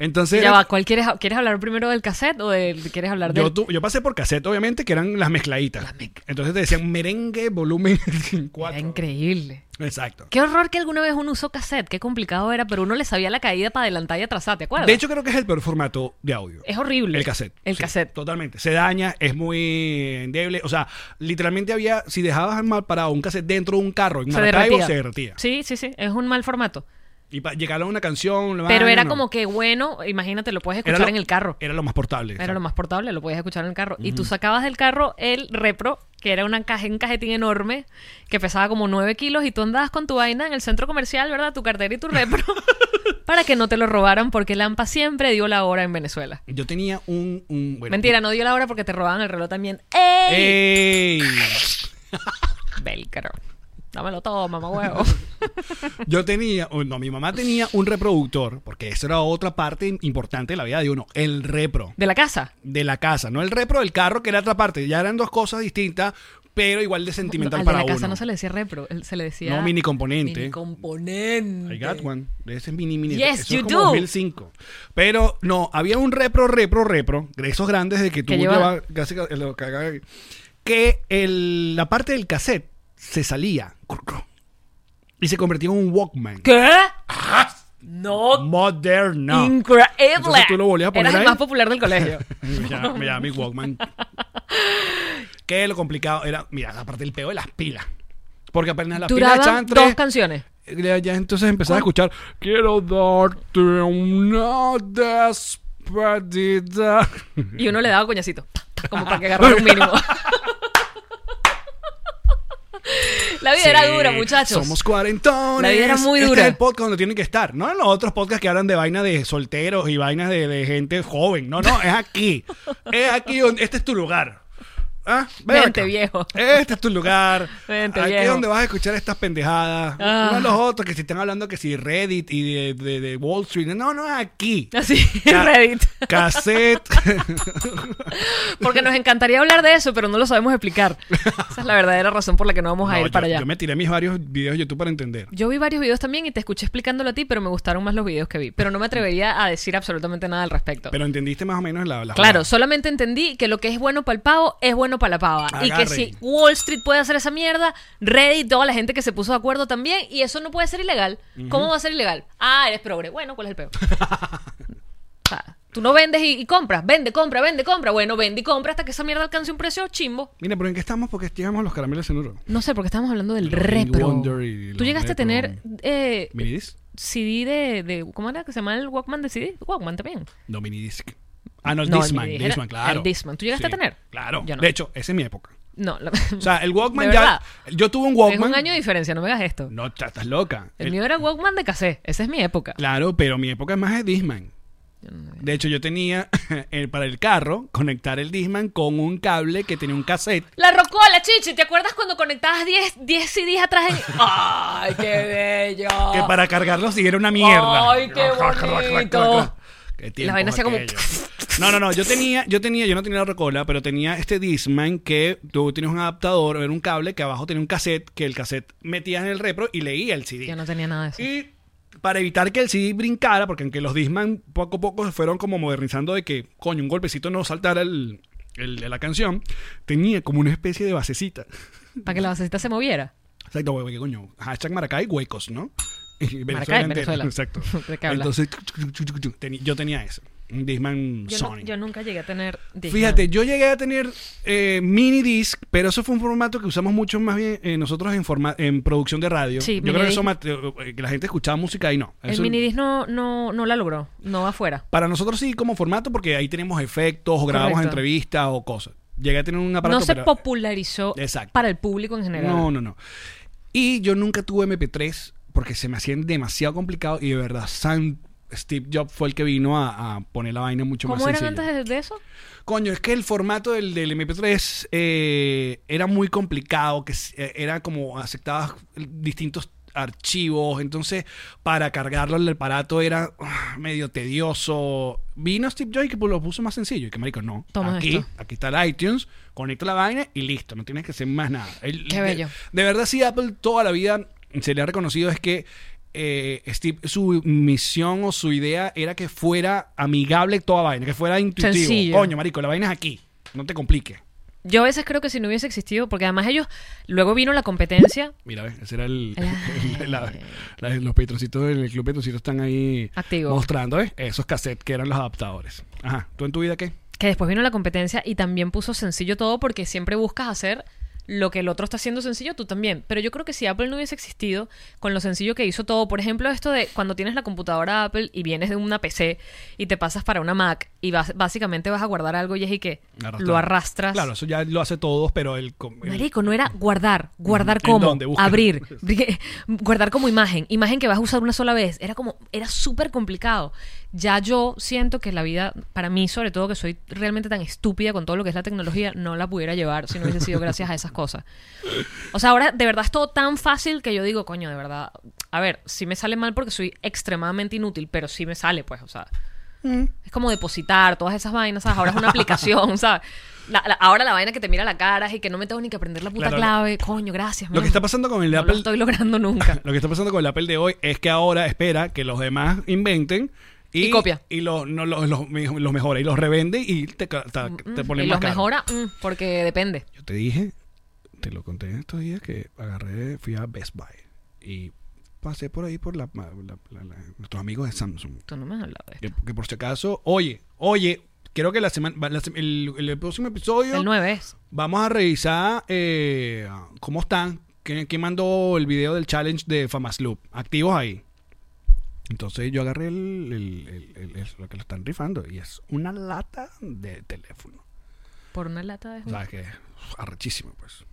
D: Entonces,
C: Ya
D: era-
C: va, ¿cuál quieres, ¿quieres hablar primero del cassette o del- quieres hablar
D: yo,
C: del
D: tu- yo pasé por cassette, obviamente, que eran las mezcladitas. Entonces te decían merengue, volumen 4.
C: Era increíble.
D: Exacto.
C: Qué horror que alguna vez uno usó cassette, qué complicado era, pero uno le sabía la caída para adelantar y atrasar, ¿te acuerdas?
D: De hecho, creo que es el peor formato de audio.
C: es horrible.
D: El cassette.
C: El
D: Sí,
C: cassette.
D: Totalmente. Se daña, es muy endeble. O sea, literalmente había, si dejabas mal parado un cassette dentro de un carro en
C: Se
D: Maracaibo,
C: derretía.
D: se derretía.
C: Sí, sí, sí, es un mal formato.
D: Y para llegar a una canción. la
C: Pero
D: vaina,
C: era
D: no.
C: como que bueno, imagínate, lo puedes
D: Era
C: escuchar
D: lo-
C: en el carro.
D: Era lo más portable.
C: Era lo más portable, lo podías escuchar en el carro. Y tú sacabas del carro el Repro, que era una caja, un cajetín enorme, que pesaba como 9 kilos, y tú andabas con tu vaina en el centro comercial, ¿verdad? Tu cartera y tu Repro, para que no te lo robaran, porque Lampa siempre dio la hora en Venezuela.
D: Yo tenía un. un- bueno,
C: Mentira, no dio la hora porque te robaban el reloj también. ¡Ey!
D: ¡Ey!
C: Velcro. Dámelo todo, mamá huevo.
D: Yo tenía, o no, mi mamá tenía un reproductor, porque esa era otra parte importante de la vida de uno, el repro.
C: ¿De la casa?
D: de la casa, no el repro del carro, que era otra parte. Ya eran dos cosas distintas, pero igual de sentimental
C: Al
D: para
C: de la
D: uno.
C: casa no se le decía repro, él- se le decía...
D: No, mini componente.
C: Mini componente.
D: I got one. De ese mini mini.
C: Yes,
D: Eso es
C: you
D: como
C: do.
D: 2005. Pero no, había un repro, repro, repro. De esos grandes de que tú
C: Que lleva-
D: llevas. casi que- lo que- Que el- la parte del cassette se salía. cru, cru, Y se convertía en un Walkman.
C: ¿Qué? No,
D: Moderno.
C: increíble.
D: Ah. Entonces tú lo volvías a poner
C: Eras el
D: ahí.
C: más popular del colegio.
D: mira, mira, mi Walkman. que lo complicado era, mira, aparte el peo de las pilas. Porque apenas las pilas
C: Duraban
D: echaban
C: dos
D: tres.
C: canciones.
D: Ya, ya entonces empezaba a escuchar Quiero darte una despedida
C: Y uno le daba coñacito. pa, pa, Como para que agarrara un mínimo. La vida era
D: Sí,
C: dura, muchachos.
D: Somos cuarentones
C: La vida era muy
D: Este
C: dura.
D: es el podcast donde tienen que estar No en los otros podcasts que hablan de vainas de solteros Y vainas de, de gente joven No, no, es aquí Es aquí, donde- este es tu lugar ¿Ah? ven
C: Vente, viejo.
D: Este es tu lugar
C: Vente,
D: Aquí es
C: viejo.
D: donde vas a escuchar estas pendejadas
C: Ah.
D: No en los otros que si están hablando que si Reddit y de, de- de Wall Street No, no, es aquí
C: Así,
D: Ca-
C: Reddit.
D: Cassette.
C: Porque nos encantaría hablar de eso, pero no lo sabemos explicar. Esa es la verdadera razón por la que no vamos a
D: No,
C: ir
D: yo,
C: para allá.
D: yo me tiré mis varios videos de YouTube para entender.
C: Yo vi varios videos también y te escuché explicándolo a ti, pero me gustaron más los videos que vi. Pero no me atrevería a decir absolutamente nada al respecto.
D: Pero entendiste más o menos la. la
C: Claro,
D: jugada.
C: solamente entendí que lo que es bueno para el pavo es bueno para la pava. Y que
D: Agarren.
C: si Wall Street puede hacer esa mierda, Reddit, toda la gente que se puso de acuerdo también, y eso no puede ser ilegal. ¿Cómo va a ser ilegal? Ah, eres progre. Bueno, ¿cuál es el peor? O sea, tú no vendes y, y compras. Vende, compra, vende, compra. Bueno, vende y compra hasta que esa mierda alcance un precio chimbo.
D: Mira, pero ¿en qué estamos? Porque llegamos a los caramelos en oro.
C: No sé, porque estamos hablando del
D: Los
C: repro.
D: Wonder y
C: Tú
D: los
C: llegaste a
D: repro.
C: tener eh,
D: Minidisc.
C: CD de, de- ¿Cómo era que se llama el Walkman de CD? Walkman también.
D: No, minidisc. Ah, no, el
C: No,
D: Discman.
C: ni
D: El
C: dijera-
D: Discman, claro.
C: el Discman. ¿Tú llegaste a tener?
D: Claro.
C: Yo no.
D: De hecho, esa es mi época.
C: No, lo-
D: O sea, el Walkman
C: De
D: ya.
C: verdad.
D: Yo tuve un
C: es
D: Walkman.
C: un año de diferencia, no me hagas esto.
D: No, cha- estás loca.
C: El,
D: El-
C: mío era Walkman de cassette. Esa es mi época.
D: Claro, pero mi época es más de Disman. De hecho, yo tenía el- para el carro conectar el Disman con un cable que tenía un cassette.
C: La rocola, chichi. ¿Te acuerdas cuando conectabas 10, 10 CDs atrás? en- ¡Ay, qué bello!
D: Que para cargarlo sí era una mierda.
C: Ah. Ay, qué bonito.
D: Qué tiempo
C: La vaina hacía como-
D: aquello. No, no, no. Yo tenía, yo tenía, yo no tenía la recola, pero tenía este Disman que tú tienes un adaptador, era un cable que abajo tenía un cassette, que el cassette metías en el repro y leía el CD.
C: Yo no tenía nada de eso.
D: Y para evitar que el CD brincara, porque aunque los Disman poco a poco se fueron como modernizando de que, coño, un golpecito no saltara el, el- la canción, tenía como una especie de basecita.
C: Para que la basecita se moviera.
D: Exacto, güey, ¿qué coño? Hashtag Maracay, huecos, ¿no? Y
C: Maracay, Venezuela.
D: Exacto.
C: ¿De qué habla?
D: Entonces, chu, chu, chu, chu, chu, teni- yo tenía eso. Un Disman
C: Yo, no-
D: Sony.
C: yo nunca llegué a tener. Discman.
D: Fíjate, yo llegué a tener eh, mini disc, pero eso fue un formato que usamos mucho más bien eh, nosotros en forma en producción de radio.
C: Sí,
D: yo creo que
C: minidisc.
D: eso mate- eh, que la gente escuchaba música y no.
C: El
D: Eso-
C: minidisc no, no, no la logró. No va afuera.
D: Para nosotros sí como formato porque ahí tenemos efectos o grabamos
C: Correcto.
D: entrevistas o cosas. Llegué a tener un aparato
C: No se
D: pero-
C: popularizó
D: Exacto.
C: para el público en general.
D: No, no, no. Y yo nunca tuve MP3 porque se me hacían demasiado complicado y de verdad Sam Steve Jobs fue el que vino a, a poner la vaina mucho más
C: ¿Cómo eran
D: sencilla.
C: antes de- de eso?
D: Coño, es que el formato del, del MP3 eh, era muy complicado, que s- eh, era como aceptabas distintos archivos, entonces para cargarlo al aparato era ah, medio tedioso. Vino Steve Jobs y que lo puso más sencillo y que marico, no,
C: Toma
D: aquí,
C: esto.
D: aquí está el iTunes, conecta la vaina y listo, no tienes que hacer más nada. El-
C: Qué
D: de-
C: bello.
D: De, verdad sí Apple toda la vida se le ha reconocido es que eh, Steve, su misión o su idea era que fuera amigable toda vaina, que fuera intuitivo.
C: Sencillo.
D: Coño, marico, la vaina es aquí. No te compliques.
C: Yo a veces creo que si no hubiese existido, porque además ellos. Luego vino la competencia
D: Mira, ve, ese era el. el- la- la- los patroncitos del club patroncitos están ahí
C: Activo.
D: mostrando ¿eh? esos cassettes que eran los adaptadores. Ajá. ¿Tú en tu vida qué?
C: Que después vino la competencia y también puso sencillo todo porque siempre buscas hacer lo que el otro está haciendo sencillo, tú también. Pero yo creo que si Apple no hubiese existido con lo sencillo que hizo todo, por ejemplo, esto de cuando tienes la computadora Apple y vienes de una PC y te pasas para una Mac y vas- básicamente vas a guardar algo y es y que
D: Arrastrar.
C: lo arrastras.
D: Claro, eso ya lo hace todos, pero el. com- el-
C: Marico, no era guardar, guardar
D: ¿En
C: como,
D: dónde? Busca.
C: abrir, porque- guardar como imagen, imagen que vas a usar una sola vez. Era como, era súper complicado. Ya yo siento que la vida, para mí, sobre todo que soy realmente tan estúpida con todo lo que es la tecnología, no la pudiera llevar si no hubiese sido gracias a esas cosas. O sea, ahora de verdad es todo tan fácil que yo digo, coño, de verdad. A ver, sí me sale mal porque soy extremadamente inútil, pero sí me sale, pues, o sea. Es como depositar todas esas vainas, ¿sabes? Ahora es una aplicación, ¿sabes? La- la- ahora la vaina que te mira la cara y que no me tengo ni que aprender la puta
D: Claro, lo-
C: clave. Coño, gracias,
D: Lo
C: mano.
D: que está pasando con el
C: No
D: Apple.
C: lo estoy logrando nunca.
D: Lo que está pasando con el Apple de hoy es que ahora espera que los demás inventen y,
C: Y copia.
D: Y los, no, los, los, los mejora y los revende y te, ca- ta- te
C: Mm,
D: pone
C: y
D: más
C: los
D: caro.
C: mejora mm, porque depende.
D: Yo te dije, te lo conté en estos días que agarré, fui a Best Buy y pasé por ahí por la, la- la- la- nuestros amigos de Samsung.
C: Tú no me has hablado de esto.
D: Que, que por si acaso, oye, oye, creo que la semana, la se- el, el próximo episodio
C: El 9 es.
D: vamos a revisar eh, cómo están, quién, quién mandó el video del challenge de Famas Loop, activos ahí. Entonces yo agarré el, el- el- el- el- lo que lo están rifando y es una lata de teléfono.
C: Por una lata de
D: O sea, que es arrechísimo, pues.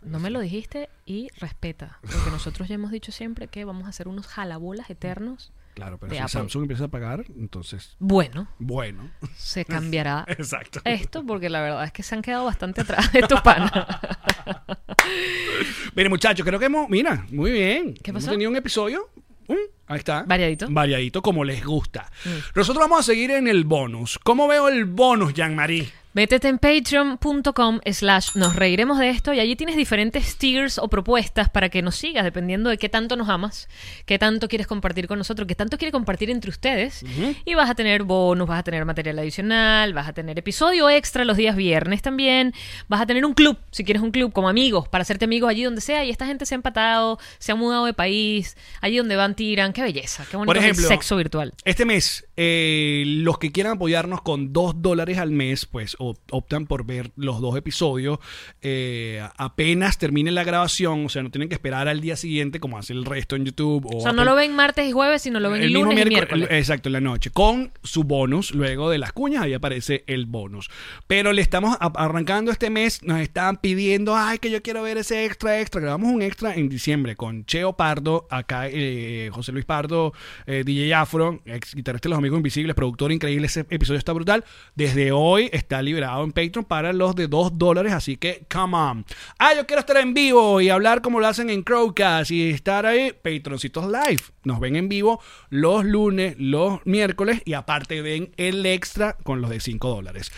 C: No me lo dijiste y respeta. Porque nosotros ya hemos dicho siempre que vamos a hacer unos jalabolas eternos.
D: Claro, pero
C: De
D: si
C: Apple.
D: Samsung empieza a pagar, entonces,
C: Bueno,
D: bueno.
C: se cambiará
D: Exacto.
C: esto porque la verdad es que se han quedado bastante atrás de estos panas.
D: Mire, muchachos, creo que hemos. Mira, muy bien.
C: ¿Qué
D: Hemos
C: pasó?
D: tenido un episodio. Mm, ahí está.
C: Variadito. Mm.
D: Variadito, como les gusta. Nosotros vamos a seguir en el bonus. ¿Cómo veo el bonus, Jean-Marie?
C: Métete en patreon.com slash nos reiremos de esto y allí tienes diferentes tiers o propuestas para que nos sigas dependiendo de qué tanto nos amas, qué tanto quieres compartir con nosotros, qué tanto quieres compartir entre ustedes y vas a tener bonus, vas a tener material adicional, vas a tener episodio extra los días viernes también, vas a tener un club, si quieres un club como amigos, para hacerte amigos allí donde sea y esta gente se ha empatado, se ha mudado de país, allí donde van tiran, qué belleza, qué bonito
D: Por
C: es el
D: ejemplo,
C: sexo virtual.
D: Este mes Eh, los que quieran apoyarnos con 2 dólares al mes, pues op- optan por ver los dos episodios. eh, apenas terminen la grabación, o sea, no tienen que esperar al día siguiente como hace el resto en YouTube. O,
C: O sea, no
D: apenas-
C: lo ven martes y jueves, sino lo ven
D: el mismo
C: lunes y
D: miércoles-
C: miércoles.
D: Exacto, en la noche. Con su bonus, luego de las cuñas, ahí aparece el bonus. Pero le estamos a- arrancando este mes, nos están pidiendo, ay, que yo quiero ver ese extra, extra. Grabamos un extra en diciembre con Cheo Pardo, acá eh, José Luis Pardo, eh, DJ Afro, ex guitarrista de Los Amigos Invisibles, productor increíble. Ese episodio está brutal. Desde hoy está liberado en Patreon para los de 2 dólares, así que come on. Ah, yo quiero estar en vivo y hablar como lo hacen en Crowcast y estar ahí, Patroncitos Live. Nos ven en vivo los lunes, los miércoles y aparte ven el extra con los de 5 dólares.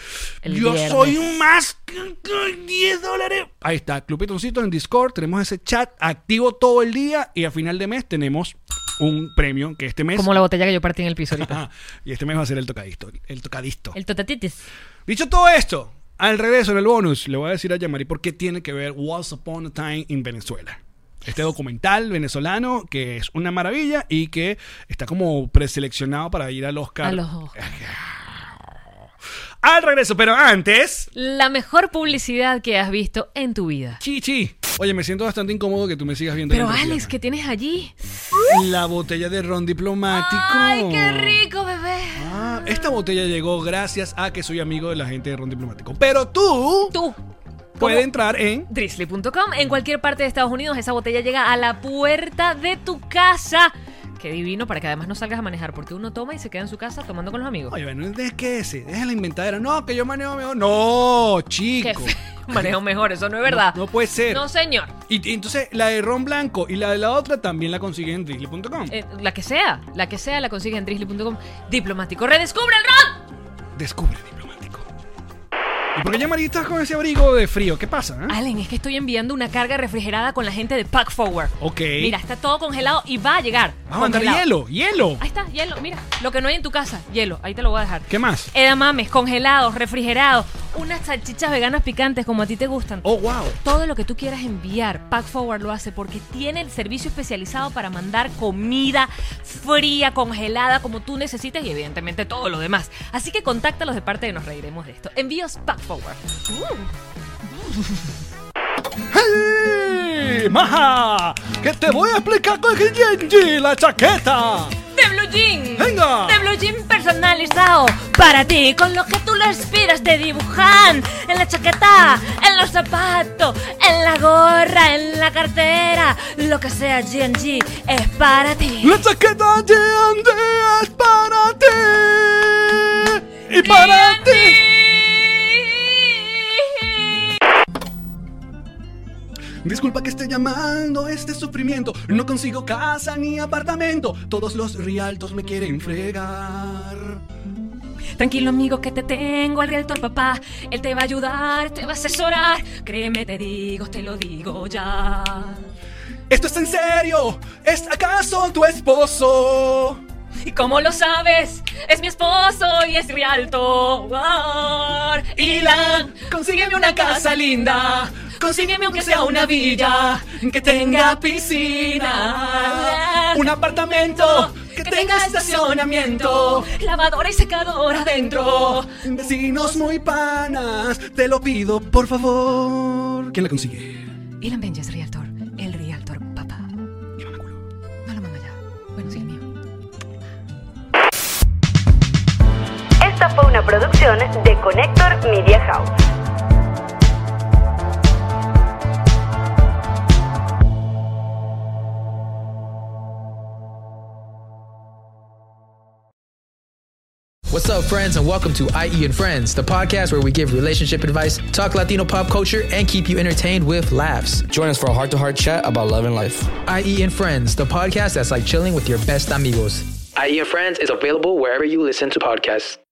C: El
D: Yo
C: viernes.
D: soy un más que- que 10 dólares. Ahí está, Club Patroncitos en Discord. Tenemos ese chat activo todo el día y a final de mes tenemos un premio que este mes.
C: Como la botella que yo partí en el piso ahorita.
D: Ah, y este mes va a ser el tocadisco. El tocadisco.
C: el totatitis.
D: Dicho todo esto, al regreso en el bonus, le voy a decir a Yamari por qué tiene que ver Once Upon a Time in Venezuela. Este documental venezolano que es una maravilla y que está como preseleccionado para ir al Oscar.
C: A los ojos.
D: Al regreso, pero antes.
C: La mejor publicidad que has visto en tu vida.
D: Chichi. Oye, me siento bastante incómodo que tú me sigas viendo.
C: Pero
D: la entrepierna.
C: Alex, ¿qué tienes allí?
D: La botella de ron diplomático.
C: ¡Ay, qué rico, bebé!
D: Ah, esta botella llegó gracias a que soy amigo de la gente de Ron Diplomático. Pero tú,
C: Tú.
D: puedes entrar en
C: Drizzly.com. En cualquier parte de Estados Unidos, esa botella llega a la puerta de tu casa. Qué divino para que además no salgas a manejar, porque uno toma y se queda en su casa tomando con los amigos.
D: Oye, bueno, ¿de qué ese? Deja la inventadera. No, que yo manejo mejor. No,
C: Qué
D: chico.
C: feo. Manejo mejor, eso no es verdad.
D: No, no puede ser.
C: No, señor.
D: Y, y entonces la de ron blanco y la de la otra también la consiguen en drizzly.com.
C: Eh, la que sea, la que sea, la consigues en drizzly.com. Diplomático, redescubre el rock.
D: Descubre diplomático. ¿Y por qué ya María estás con ese abrigo de frío? ¿Qué pasa? eh?
C: Allen, es que estoy enviando una carga refrigerada con la gente de Pack Forward.
D: Ok.
C: Mira, está todo congelado y va a llegar.
D: Vamos a mandar
C: Congelado.
D: hielo, hielo.
C: Ahí está, hielo. Mira, lo que no hay en tu casa, hielo. Ahí te lo voy a dejar.
D: ¿Qué más?
C: Edamames, congelados, refrigerados, unas salchichas veganas picantes como a ti te gustan.
D: Oh, wow.
C: Todo lo que tú quieras enviar, Pack Forward lo hace porque tiene el servicio especializado para mandar comida fría, congelada, como tú necesites y evidentemente todo lo demás. Así que contáctalos de parte de Nos Reiremos de esto. Envíos Pack Forward.
D: ¡Hey! ¡Maja! ¡Que te voy a explicar con el Genji, la chaqueta!
C: De Blue Jean.
D: Venga.
C: De Blue Jean personalizado para ti, con lo que tú lo inspiras. Te dibujan en la chaqueta, en los zapatos, en la gorra, en la cartera. Lo que sea GNG es para ti.
D: La chaqueta G&D es para ti. Y para ti. Disculpa que esté llamando este sufrimiento. No consigo casa ni apartamento. Todos los rialtos me quieren fregar.
C: Tranquilo amigo que te tengo al realtor papá. Él te va a ayudar, te va a asesorar. Créeme, te digo, te lo digo ya.
D: ¿Esto es en serio? ¿Es acaso tu esposo?
C: Y como lo sabes, es mi esposo y es Rialto. Ilan,
D: Consígueme una casa linda. Consígueme aunque sea una villa que tenga piscina. Un apartamento que tenga estacionamiento.
C: lavadora y secadora adentro.
D: Vecinos muy panas, te lo pido por favor. ¿Quién la consigue?
C: Ilan Benji es Rialtor, el Rialtor papá. No lo mando ya. Bueno, sí, el mío.
A: Esta fue una producción de Connector Media House.
F: What's up, friends, and welcome to IE and Friends, the podcast where we give relationship advice, talk Latino pop culture, and keep you entertained with laughs.
G: Join us for a heart to heart chat about love and life.
F: IE and Friends, the podcast that's like chilling with your best amigos.
G: E IE and Friends is available wherever you listen to podcasts.